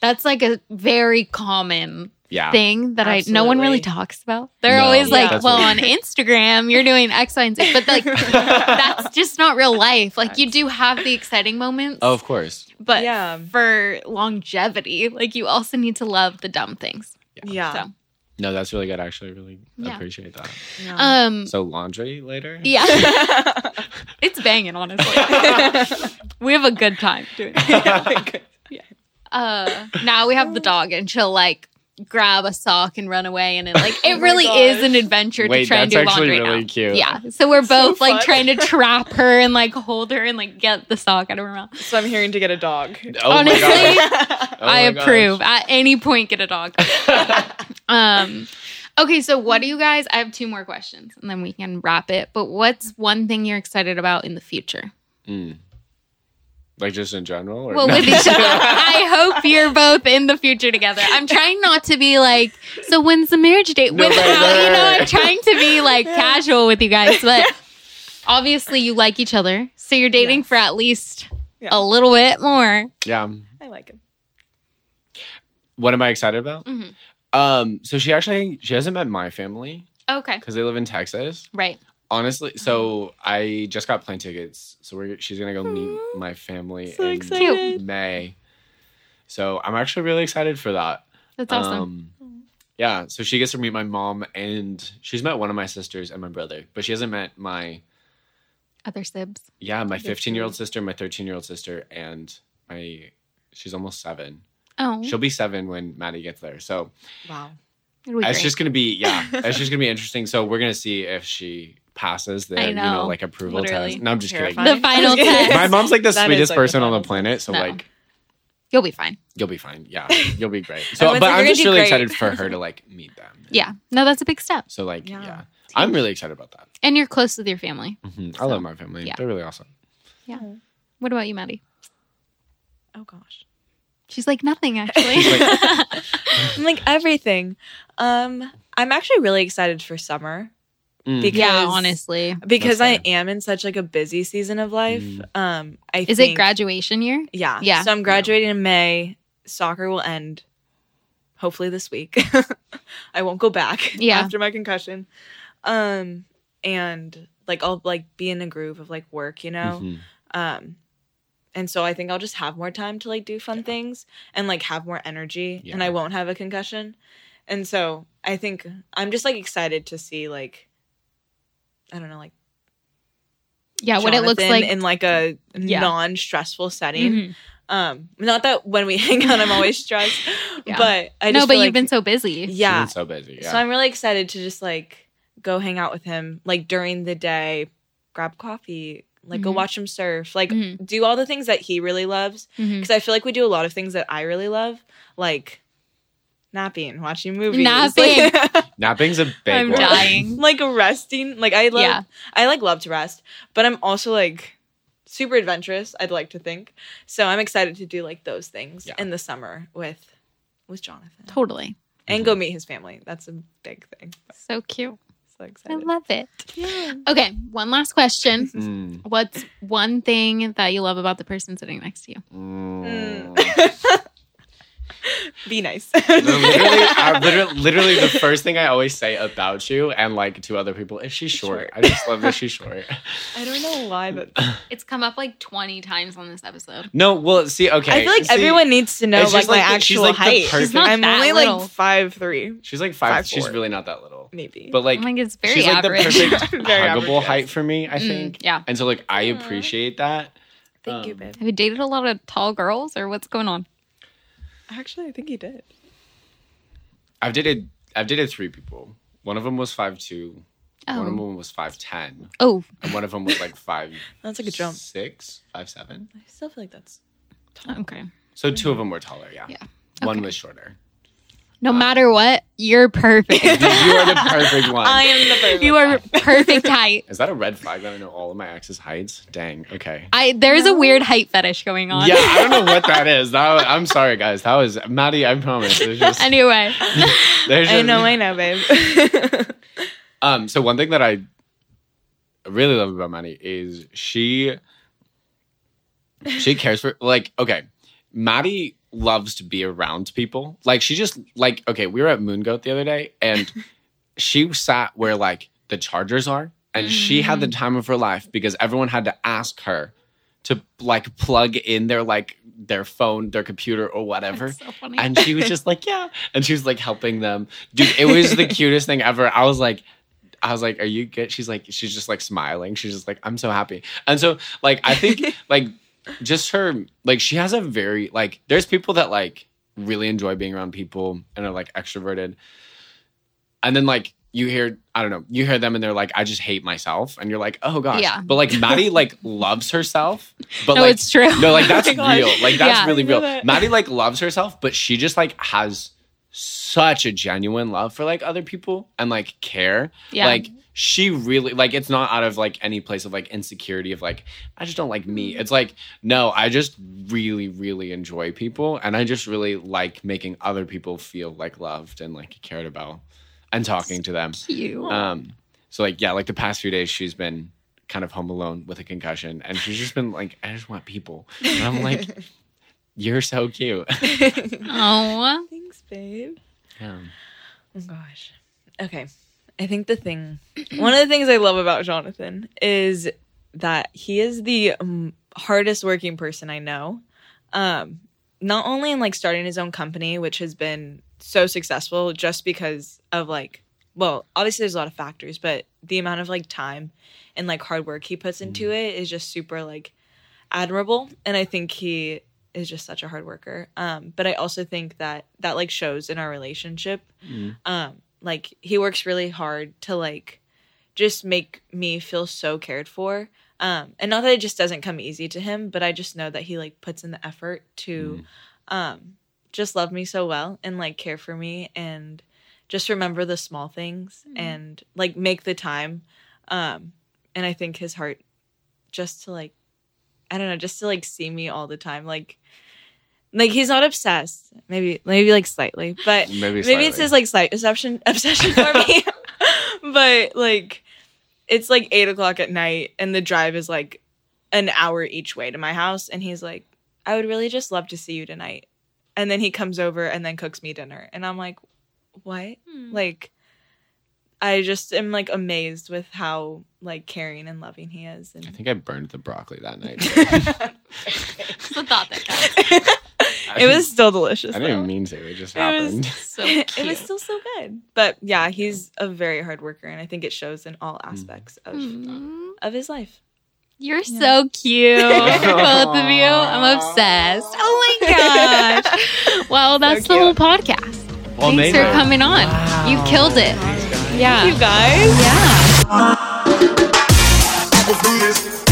B: that's like a very common
A: Yeah.
B: thing that I no one really
C: Absolutely.
B: talks about. They're
A: No,
B: always
C: Yeah.
B: like,
A: that's
B: well,
A: what-
B: on Instagram you're doing X, Y, and Z,
A: [LAUGHS]
B: but
C: [LAUGHS]
B: like that's just not real life. Like you do have the exciting moments,
A: Oh, of course.
B: but
C: Yeah.
B: for longevity, like you also need to love the dumb things.
C: yeah.
B: So,
A: No, that's really good. Actually, I really
B: Yeah.
A: appreciate that.
C: Yeah.
B: um,
A: So laundry later.
B: [LAUGHS]
A: [LAUGHS]
B: yeah, [LAUGHS] it's banging. Honestly,
C: [LAUGHS]
B: we have a good time doing.
A: Oh
B: It.
C: Like,
B: uh now we have the dog and she'll like grab a sock and run away and it like it
C: [LAUGHS] Oh my
B: really is
C: gosh.
B: an adventure
A: Wait,
B: to try and
A: that's
B: do
A: actually
B: laundry
A: really
B: now.
A: cute.
B: yeah so we're
C: So
B: both like
C: fun.
B: trying
C: [LAUGHS]
B: to trap her and like hold her and like get the sock out of her mouth
C: [LAUGHS] so I'm hearing to get a dog.
A: Oh
C: [LAUGHS]
B: Honestly,
A: my god. Oh
B: i
A: my gosh.
B: approve at any point get
A: [LAUGHS]
B: a dog um okay so what do you guys i have two more questions and then we can wrap it but what's one thing you're excited about in the future
A: Mm. Like just in general. Or
B: well
A: no? [LAUGHS]
B: with each other i hope you're both in the future together i'm trying not to be like so when's the marriage date
A: No,
B: without
A: right, right,
B: you know
A: right,
B: i'm
A: right.
B: trying to be like casual with you guys but obviously you like each other so you're dating
C: Yes.
B: for at least
C: Yeah.
B: a little bit more
A: Yeah.
C: I like him.
A: What am I excited about?
B: Mhm.
A: Um. So she actually she hasn't met my family
B: okay
A: because they live in Texas.
B: right
A: Honestly,
B: Mm-hmm.
A: so I just got plane tickets. So we're she's gonna go meet
C: Aw,
A: my family
C: so
A: in
C: excited.
A: May. So I'm actually really excited for that.
B: that's awesome
A: Um, yeah, so she gets to meet my mom, and she's met one of my sisters and my brother, but she hasn't met my
B: other sibs
A: yeah my
C: That's
A: fifteen year old
C: cute.
A: sister, my thirteen year old sister, and my she's almost seven.
B: oh
A: She'll be seven when Maddie gets there. So
C: Wow.
B: it'll be
A: it's
B: great.
A: just gonna be
B: [LAUGHS]
A: yeah, it's just gonna be interesting. So we're gonna see if she passes the
B: I
A: you
B: know.
A: know like approval
B: Literally.
A: test. No, I'm just
C: Terrifying.
B: The
C: [LAUGHS]
B: final
A: kidding. My
B: test.
A: mom's like the
C: That is,
A: sweetest
C: like, the
A: person on the
C: final
A: planet, so
B: No.
A: like
B: you'll be fine
A: you'll be fine. Yeah,
C: [LAUGHS]
A: you'll be great. So,
C: Everyone's
A: but
C: like,
A: I'm
C: "You're
A: just
C: gonna do
A: really
C: great."
A: excited for her to like meet
C: [LAUGHS]
A: them.
B: yeah no that's a big step
A: So like
C: Yeah.
A: yeah. I'm really excited about that.
B: and you're close with your family
A: Mhm. I
B: So,
A: love my family.
B: yeah.
A: They're really awesome.
B: what about you maddie
C: Oh gosh.
B: she's like nothing actually [LAUGHS]
A: She's
C: I'm like everything. Um, I'm actually really excited for summer
A: Mm.
C: Because-
B: yeah honestly
C: because I
A: That's
C: am in such like a busy season of life.
A: Mm.
C: Um, I
B: Is it
C: think-
B: graduation year?
C: Yeah.
B: Yeah.
C: So I'm graduating in May. Soccer will end hopefully this week. [LAUGHS] I won't go back
B: Yeah.
C: after my concussion. Um and like I'll like be in a groove of like work, you know.
A: Mhm.
C: Um, and so I think I'll just have more time to like do fun things and like have more energy and
A: Yeah.
C: I won't have a concussion. And so I think I'm just like excited to see like I don't know like
B: Yeah, what it looks
C: Jonathan
B: like.
C: in like a
B: Yeah.
C: non-stressful setting.
B: Mhm.
C: Um not that when we [LAUGHS] hang out I'm always stressed,
B: Yeah.
C: but I
B: No,
C: just
B: but
C: feel
B: you've been
C: like-
B: so busy.
C: yeah.
A: She's been so busy. Yeah.
C: So I'm really excited to just like go hang out with him like during the day, grab coffee, like go
B: Mhm.
C: watch him surf, like
B: Mhm.
C: do all the things that he really loves
B: Mhm.
C: because I feel like we do a lot of things that I really love, like napping, watching movies,
B: Napping.
C: [LAUGHS] like,
A: Napping's a big
B: I'm
A: one.
B: dying.
C: [LAUGHS] like resting. Like I love,
B: Yeah.
C: I like love to rest, but I'm also like super adventurous. I'd like to think so. I'm excited to do like those things
A: Yeah.
C: in the summer with with Jonathan
B: Totally.
C: and go meet his family. That's a big thing.
B: So cute.
C: So
B: I
C: excited.
B: love it.
C: Yeah. Mm-hmm.
B: Okay, one last question.
A: Mm,
B: What's one thing that you love about the person sitting next to you?
A: mm.
C: Mm. Be nice. [LAUGHS]
A: literally, I, literally, literally, the first thing I always say about you and like to other people is she's short.
C: Short.
A: I just love that she's
C: [LAUGHS]
A: short.
C: I don't know why, but
B: It's come up like 20 times on this episode.
A: No, well, see, [LAUGHS] okay.
C: I feel like
A: see,
C: everyone needs to know
A: it's
C: like
A: just
C: my
A: like the- she's,
C: actual
A: like, the
C: height.
A: perfect- She's not
C: I'm
B: that
C: only
B: little.
C: like five three,
A: She's like five.
C: Five,
A: she's
C: four. Oh
A: really not that little,
C: maybe.
A: but like
B: I think it's very
A: she's like
B: average.
A: the perfect
C: [LAUGHS] Very
A: huggable
C: average, Mm-hmm.
A: height
C: yes.
A: for me. I
B: Mm,
A: think.
B: yeah.
A: And so, like, I
C: Aw.
A: appreciate that. Thank you, um,
C: babe.
B: [LAUGHS] Have you dated a lot of tall girls or what's going on?
C: Actually, I think he did.
A: I've dated. I've dated three people. One of them was five two. One of
B: Oh,
A: them was five ten,
B: oh,
A: and one of them was
C: [LAUGHS]
A: like five.
C: That's like a jump.
A: Six, five, seven.
C: I still feel like that's.
B: okay.
A: So
C: Mm-hmm.
A: two of them were taller. Yeah.
B: Yeah.
A: One
B: Okay.
A: was shorter. [LAUGHS]
B: No matter what, you're
C: [LAUGHS]
B: perfect.
A: you are the perfect one.
C: I am the [LAUGHS] perfect.
B: you are perfect height.
A: Is that a red flag that I know all of my exes' heights? Dang. Okay.
B: I there's a
C: No.
B: weird height fetish going on.
A: Yeah, I don't know what that is. That was- I'm sorry, guys. That was Maddie. I promise.
C: [LAUGHS]
A: There's just,
B: [LAUGHS] anyway,
A: there's
C: I
A: just-
C: know. I know, babe.
A: Um. So one thing that I really love about Maddie is she she cares for like okay, Maddie loves to be around people. Like she just like okay, we were at Moon Goat the other day and she sat where like the Chargers are and she had the time of her life because everyone had to ask her to like plug in their like their phone, their computer or whatever.
B: That's [LAUGHS] so funny.
A: And she was just like, yeah. And she was like helping them. Dude, it was
B: [LAUGHS]
A: the cutest thing ever. I was like, I was like, are you good? She's like, she's just like smiling. She's just like, I'm so happy. And so, like, I
B: [LAUGHS]
A: think, like, just her, like, she has a very, like, there's people that, like, really enjoy being around people and are, like, extroverted. And then, like, you hear, I don't know, you hear them and they're like, I just hate myself. And you're like, oh gosh.
B: Yeah.
A: But, like,
B: [LAUGHS]
A: Maddie, like, loves herself. But,
B: no,
A: like,
B: it's true.
A: no, like that's
C: [LAUGHS] Oh my
A: real.
C: gosh.
A: Like that's
B: Yeah.
A: really
C: I know
A: real.
C: that.
A: Maddie like loves herself, but she just like has such a genuine love for like other people and like care.
B: yeah,
A: Like she really like it's not out of like any place of like insecurity of like I just don't like me.
C: Mm-hmm.
A: It's like no, I just really really enjoy people and I just really like making other people feel like loved and like cared about and talking to them.
B: cute.
A: Um, so like yeah, like the past few days she's been kind of home alone with a concussion, and she's just been like, I just want people, and I'm like, you're so cute.
C: [LAUGHS]
B: oh,
C: Thanks, babe.
A: Yeah.
C: Oh gosh. Okay. I think the thing, one of the things I love about Jonathan is that he is the um, hardest working person I know. Um, not only in like starting his own company, which has been so successful just because of like, well, obviously there's a lot of factors, but the amount of like time and like hard work he puts into it is just super like admirable. And I think he is just such a hard worker. Um, but I also think that that like shows in our relationship um like he works really hard to like just make me feel so cared for um and not that it just doesn't come easy to him but i just know that he like puts in the effort to um just love me so well and like care for me and just remember the small things
B: Mhm.
C: and like make the time um and i think his heart just to like i don't know just to like see me all the time like like he's not obsessed maybe maybe like slightly
A: [LAUGHS]
C: but
A: Maybe
C: maybe it's his like slight obsession [LAUGHS] obsession for me [LAUGHS] but like it's like eight o'clock at night and the drive is like an hour each way to my house and he's like i would really just love to see you tonight
B: Hmm.
C: and then he comes over and then cooks me dinner and i'm like what like I just am like amazed with how like caring and loving he is.
A: I
C: And
A: think I burned the broccoli that night.
B: It's the thought
A: [LAUGHS]
B: that counts.
C: it was still delicious.
A: I didn't
C: though. [LAUGHS]
A: even mean to. It just
C: It was-
A: happened.
B: So
C: it
B: cute.
C: was still so good. But yeah, he's a very hard worker, and I think it shows in all aspects of
B: Mm,
C: of his life.
B: You're
C: Yeah.
B: so
A: [LAUGHS]
B: cute, both of you. I'm obsessed. Oh
A: [LAUGHS]
B: my
C: [LAUGHS]
B: gosh. Well, that's the
C: cute.
B: whole podcast.
A: Well,
B: Thanks for
A: Maynard.
B: coming on. You killed it. Yeah.
C: You guys.
B: Yeah.
D: I was Buddhist.